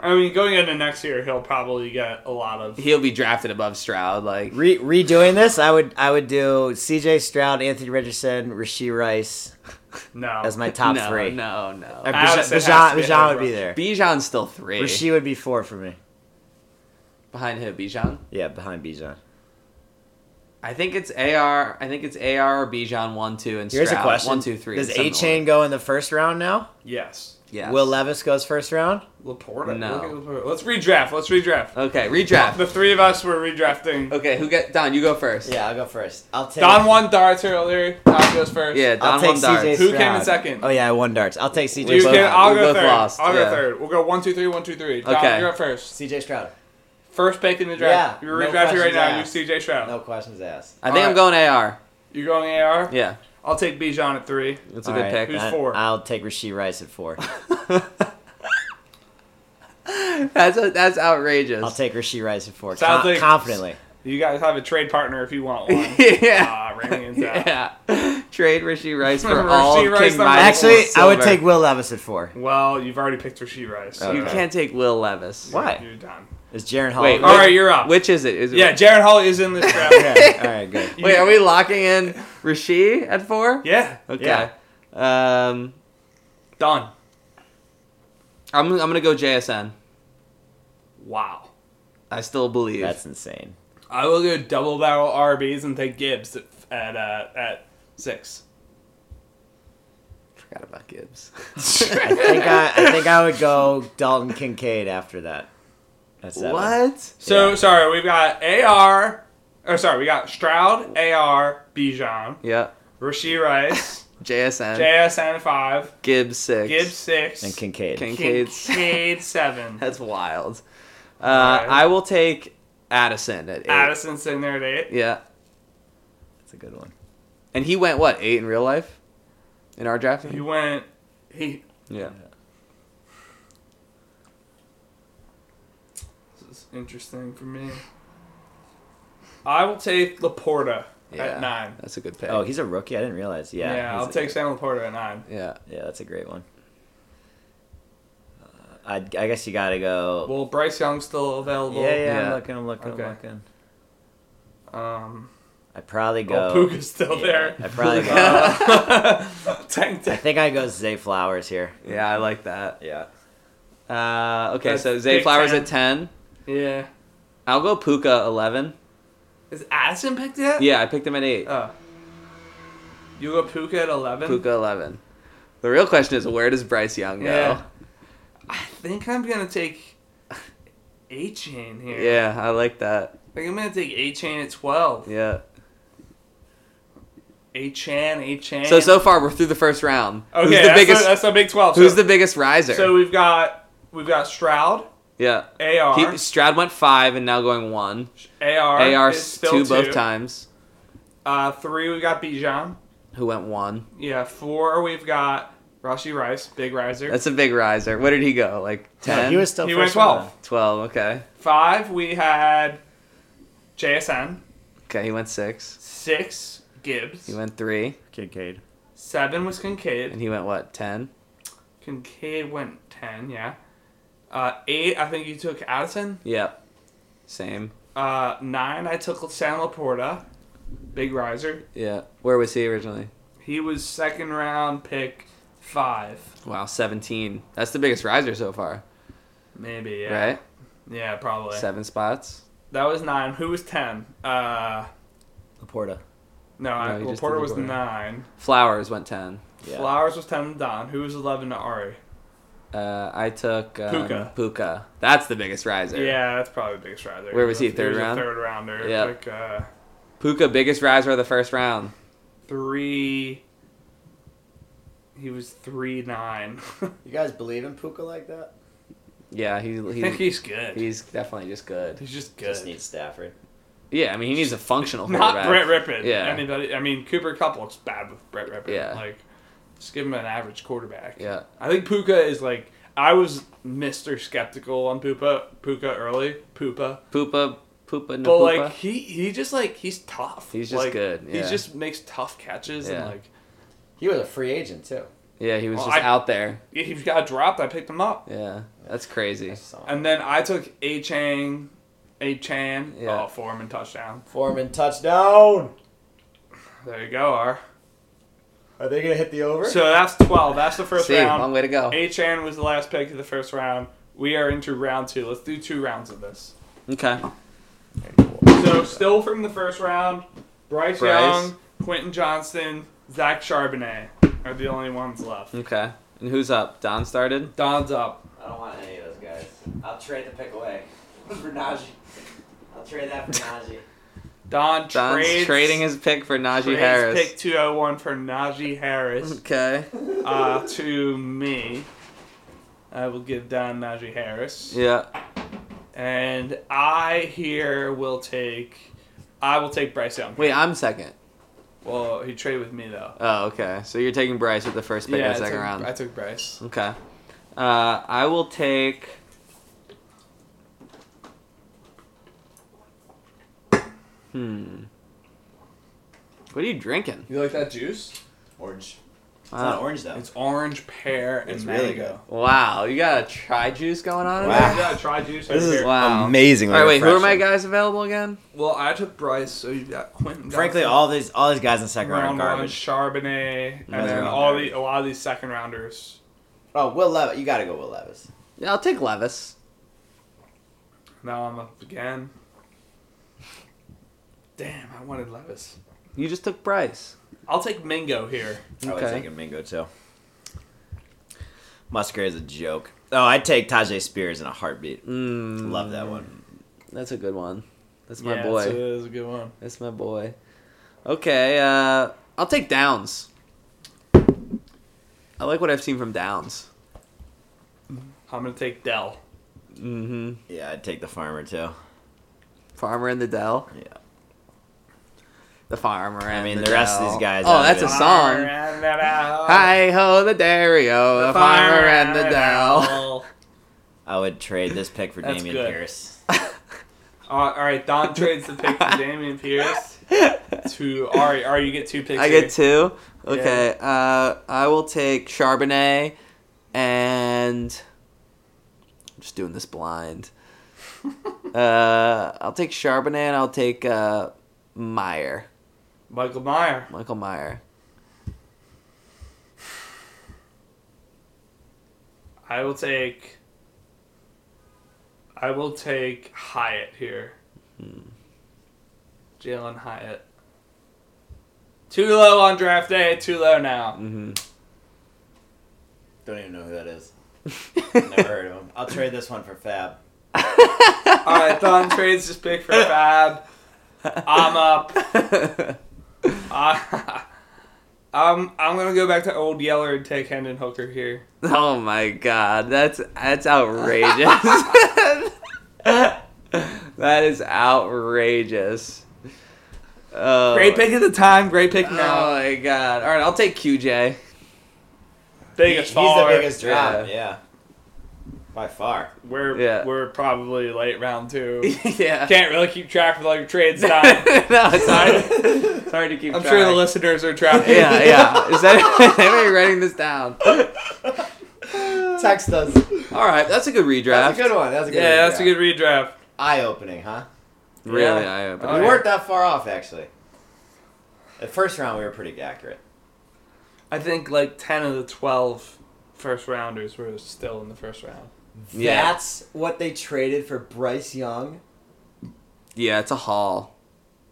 I mean, going into next year, he'll probably get a lot of.
He'll be drafted above Stroud. Like
Re- redoing this, I would I would do C.J. Stroud, Anthony Richardson, Rasheed Rice
No.
as my top
Oh, no,
three.
No, no.
Uh, Bijan,
Addison has
Bijan,
to be
Bijan would
over.
be there.
Bijan's still three.
Rasheed would be four for me.
behind who? Bijan.
Yeah, behind Bijan.
I think it's AR. I think it's AR or Bijan one two and
Here's
Stroud
a question:
one two three.
Does
something
A Chain go in the first round now?
Yes.
like- Yes.
Will Levis goes first round.
Laporta.
No.
Look at Laporta. Let's redraft. Let's redraft.
Okay, redraft.
The three of us were redrafting.
Okay, who get Don? You go first.
Yeah, I'll go first. I'll take
Don won darts earlier. Tom goes first.
Yeah,
I'll
Don
take
won darts.
CJ.
Who came in
Stroud.
second?
Oh yeah, I won darts. I'll take
You
CJ.
both-
can,
Stroud.
I'll
we
go
both
third.
lost,
I'll
yeah.
go third. We'll go one, two, three, one, two, three. Don,
Okay.
you're up first.
CJ Stroud.
First pick in the draft.
Yeah,
You're
no
redrafting right
questions
now. You're
asked.
CJ Stroud.
No questions asked.
I think I'm
Alright.
going AR.
You're going AR.
Yeah,
I'll take Bijan at three.
that's a
All
good
right,
pick.
Who's
I-
four?
I'll take Rasheed Rice at four.
That's that's outrageous.
I'll take Rasheed Rice at four.
Sounds
Com-
like-
confidently.
You guys have a trade partner if you want one.
yeah.
Ah, Ramian's out.
Yeah. Trade Rishi Rice for
Rishi
all
Rice
King
number
Midas
Actually,
and
I would
silver.
take Will Levis at four.
Well, you've already picked Rasheed Rice. so
You
Okay.
can't take Will Levis.
What? Why?
You're done.
Is Jaron Hall?
Wait,
All right, you're up.
Which is it? Is it
Yeah, Jaron Hall is in this draft. yeah.
Okay, all right, good.
Wait, are we locking in Rishi at four? Okay.
Yeah.
Um,
Done.
I'm I'm gonna go JSN.
Wow.
I still believe.
That's insane.
I will go double barrel RBs and take Gibbs at at, uh, at six.
Forgot about Gibbs.
I think I, I think I would go Dalton Kincaid after that. At seven.
what?
So
Yeah.
sorry, we've got AR. Or sorry, we got Stroud, AR, Bijan,
Yeah.
Rasheed Rice,
JSN.
JSN five,
Gibbs six.
Gibbs six,
And Kincaid.
Kincaid.
Kincaid seven.
That's wild. Uh,
Alright.
I will take Addison at eight.
Addison's sitting there at eight.
Yeah.
That's a good one.
And he went what eight in real life, in our draft.
He went. He.
Yeah.
This is interesting for me. I will take Laporta
Yeah.
at nine.
That's a good pick.
Oh, he's a rookie. I didn't realize. Yeah.
Yeah, I'll
he's a-
take Sam Laporta at nine.
yeah.
Yeah, that's a great one. Uh, I, I guess you gotta go.
Well, Bryce Young's still available.
yeah, yeah, I'm
yeah.
looking. I'm looking.
Okay.
I'm looking.
Um,
I probably
well,
go.
Puka's still
I probably go.
there. Tank
I
Dell.
think I go Zay Flowers here.
Yeah, I like that.
Yeah.
Uh, okay,
That's
so Zay
pick
Flowers
10.
at ten.
Yeah.
I'll go Puka eleven.
Is Addison picked yet?
Yeah, I picked him at eight.
Oh. You go Puka at eleven.
Puka eleven. The real question is where does Bryce Young go?
Yeah. I think I'm gonna take A Chain here.
Yeah, I like that.
I think I'm gonna take A Chain at twelve.
Yeah.
A Chan, A Chan.
So so far we're through the first round.
Okay,
who's the
that's,
biggest?
the, that's the Big Twelve.
who's
so,
the biggest riser?
So we've got we've got Stroud,
yeah.
AR,
He, Stroud went five and now going one.
AR,
AR
is
s-
still
two both times.
Uh, three we've got Bijan.
Who went one?
Yeah, four we've got Rashi Rice, big riser.
That's a big riser. Where did he go? Like ten?
he was still.
he went
first
12.
round.
twelve. Okay.
Five we had JSN.
Okay, he went six.
Six Gibbs.
He went three,
Kincaid.
Seven was Kincaid.
and he went what ten?
Kincaid went ten. Yeah. Uh, eight, I think you took Addison.
Yep. Same.
Uh, nine, I took Sam Laporta, big riser.
Yeah. Where was he originally?
He was second round pick five,
Wow, 17. That's the biggest riser so far,
maybe. Yeah.
right?
Yeah, probably.
Seven spots.
That was nine. Who was ten? Uh,
Laporta.
no, I,
you just
Laporta
did
was
Laporta.
nine.
Flowers went 10.
Yeah.
Flowers was ten. to Don. Who was eleven? To Ari.
Uh, I took um,
Puka.
Puka. That's the biggest riser.
Yeah, that's probably the biggest riser.
Where was he,
he
third
was
round?
A third rounder.
Yeah.
Like uh,
Puka, biggest riser of the first round.
three. He was three nine.
You guys believe in Puka like that?
Yeah, he,
I think
he,
he's good.
he's definitely just good.
he's just good.
Just need Stafford.
Yeah, I mean, he needs a functional
Not
quarterback.
Brett Rippin.
Yeah.
Anybody? I mean, Cooper Cup looks bad with Brett Rippin.
Yeah.
Like, just give him an average quarterback.
Yeah.
I think Puka is like I was Mr. Skeptical on Puka Puka early Puka,
Pupa, Pupa, no
but
Pupa.
like he he just like he's tough.
He's just
Like,
good, yeah.
He just makes tough catches
Yeah.
and like
He was a free agent too.
yeah, he was
Well,
just
I-
out there.
if he got dropped, I picked him up.
Yeah, that's crazy.
And then I took A Chang, A Chan,
Yeah.
oh Foreman touchdown.
Foreman touchdown.
There you go, R.
Are they gonna hit the over?
So that's twelve. That's the first
See, long
round.
way to go.
A Chan was the last pick of the first round. We are into round two. Let's do two rounds of this.
Okay.
So still from the first round, Bryce,
Bryce.
Young, Quentin Johnston, Zach Charbonnet are the only ones left.
Okay. And who's up? Don started?
Don's up.
I don't want any of those guys. I'll trade the pick away for Najee. I'll trade that for Najee.
Don
Don's
trades,
trading his pick for Najee
trades
Harris.
pick 201 for Najee Harris
Okay.
uh, to me. I will give Don Najee Harris.
Yeah.
And I here will take I will take Bryce Young.
Wait, I'm second.
Well, he traded with me though.
Oh, okay. So you're taking Bryce with the first pick
yeah,
of the
I
second
took,
round.
I took Bryce.
okay. Uh, I will take. Hmm. What are you drinking?
You like that juice?
Orange. It's
Wow.
not orange though.
It's orange, pear, and
It's
mango.
really good.
Wow, you got a tri juice going on. in
Wow.
there?
Yeah, try juice.
this
over
is
here.
Wow.
amazing.
All right, wait. Who are my guys available again?
Well, I took Bryce, so you got Quentin.
Frankly,
Johnson,
all these all these guys in second round
round
are
one,
garbage.
Charbonnet, and
Guys
then
are
all
garbage.
the a lot of these second rounders.
Oh, Will Levis. You got to go Will Levis.
Yeah, I'll take Levis.
Now I'm up again. Damn, I wanted Levis.
You just took Bryce.
I'll take Mingo here.
I would
Okay.
take a Mingo too. Musgrave is a joke. Oh, I'd take Tajay Spears in a heartbeat.
Mm,
Love that one.
That's a good one. That's my
Yeah,
boy.
That's a, that's a good one.
That's my boy. Okay, uh, I'll take Downs. I like what I've seen from Downs.
I'm gonna take Dell.
Mm-hmm.
Yeah, I'd take the farmer too.
Farmer in the Dell.
Yeah.
The farmer. I
mean, the rest of these guys
Oh,
out
that's a
of it.
song. Hi ho, the Dario, the, farmer, and the Dell.
I would trade this pick for
That's
Damian
good.
Pierce.
Uh, all right, Don trades the pick for Damian Pierce. To Ari, Ari, you get two picks.
I
here.
get two. Okay, uh, I will take Charbonnet and. I'm just doing this blind. uh, I'll take Charbonnet and I'll take uh, Meyer.
Michael Meyer.
Michael Meyer.
I will take. I will take Hyatt here.
Hmm.
Jalen Hyatt. Too low on draft day. Too low now.
Mm-hmm.
Don't even know who that is. Never heard of him. I'll trade this one for Fab.
All right, Don trades his pick for Fab. I'm up. Uh, I'm Um, I'm gonna go back to Old Yeller and take Hendon Hooker here.
oh my god, that's that's outrageous. that is outrageous. Oh,
Great pick at the time. Great pick
Oh
now.
my god. All right, I'll take QJ.
biggest
He-
follower.
He's the biggest drop.
Yeah.
Yeah. By far.
We're
Yeah.
we're probably late round two.
yeah.
Can't really keep track of all your trades
no,
time.
it's hard. It's hard to keep.
I'm
track.
sure the listeners are trapped.
Yeah, yeah. Is that anybody writing this down?
Text us. That's
All right, that's a good redraft.
a good one. That's a good
yeah, that's a good redraft.
eye opening, huh?
Really,
Oh, Yeah.
I.
All
we
right.
weren't that far off actually. The first round we were pretty accurate.
I think like ten of the 12 first rounders were still in the first round.
Yeah.
That's what they traded for Bryce Young.
Yeah, it's a haul.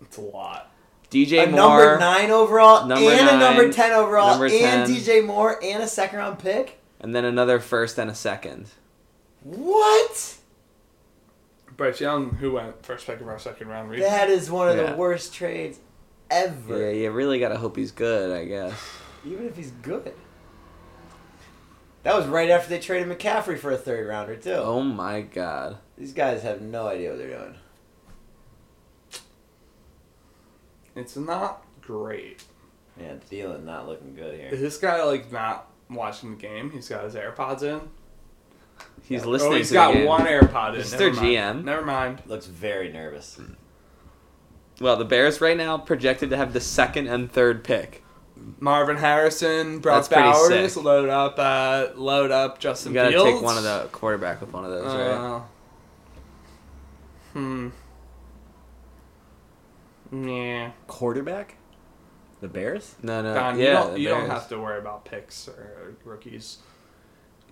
It's a lot.
DJ
a
Moore.
number nine overall
Number
and
nine,
a number ten overall
number 10.
and DJ Moore and a second round pick.
And then another first and a second.
What?
Bryce Young, who went first pick of our second round, re-
That is one of
Yeah.
the worst trades
Yeah,
ever.
you really gotta hope he's good, I guess.
Even if he's good. That was right after they traded McCaffrey for a third rounder too.
Oh my god.
These guys have no idea what they're doing.
it's not great.
Man, Thielen not looking good here.
Is this guy like not watching the game? He's got his AirPods in.
He's listening
oh, he's
to
got
the game.
one AirPod in.
This is
Never
their
mind.
GM.
Never mind.
Looks very nervous.
Well, the Bears right now projected to have the second and third pick.
Marvin Harrison, Brock
That's pretty
Bowers,
sick.
load up, uh, load up
You
Justin
gotta
Fields.
take one of the quarterback with one of those, right?
Uh, hmm. Yeah.
Quarterback? The Bears?
No, no,
Don,
Uh, yeah,
you, don't,
the
you don't
Bears.
have to worry about picks or rookies.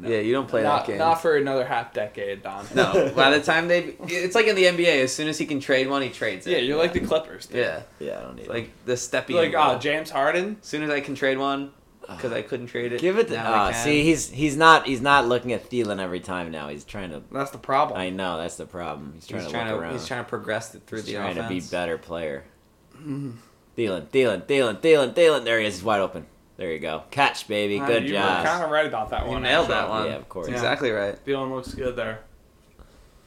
Yeah, you don't play
Not,
that game.
not for another half decade, Don.
no, by the time they, it's like in the NBA. As soon as he can trade one, he trades it.
Yeah, you're like the Clippers. Dude.
yeah,
Yeah, I don't need
like the steppy.
You're like, oh, James Harden?
as soon as I can trade one, because I couldn't trade it.
Give it to
now I
uh,
can.
see he's he's not he's not looking at Thielen every time now. He's trying to
That's the problem.
I know, that's the problem. He's trying
He's
to
trying
look
to
around.
he's trying to progress it through
He's
the
trying to be
offense.
better player. Thielen, Thielen, Thielen, Thielen, Thielen. There he is, he's wide open. There you go. Catch baby.
Uh,
Good
you
job.
were kind of right about that
You
one.
nailed that
actually.
one.
Yeah, of course.
That's Exactly right.
Feeling looks good there.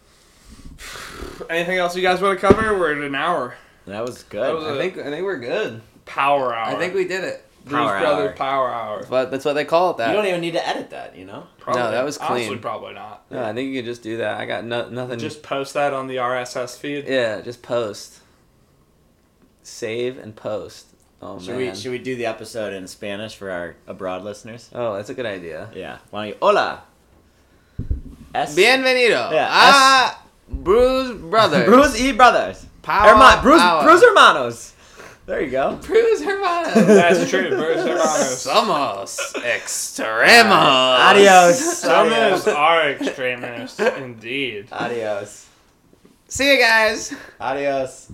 Anything else you guys want to cover? We're at an hour.
That was
That
good.
was
I think I think we're good.
Power hour.
I think we did it.
Bruce
Power
Brother
hour.
Power Hour.
But that's what they call it. That.
you don't even need to edit that, you know?
Probably.
that was
Honestly,
clean.
probably not.
No, I think you could just do that. I got no, nothing.
Just post that on the RSS feed.
yeah, just post. save, and post. Oh
Should
man.
we should we do the episode in Spanish for our abroad listeners?
Oh, that's a good idea.
Yeah. Why don't you hola? Es
Bienvenido.
Yeah,
Ah, Bruce Brothers.
Bruce E brothers.
Power.
Herma- Bruce
power.
Bruce Hermanos. There you go.
Bruce Hermanos.
That's true. Bruce Hermanos.
Somos extremos.
Adios.
Summers
Adios.
are extremists, indeed.
Adios.
See you guys.
Adios.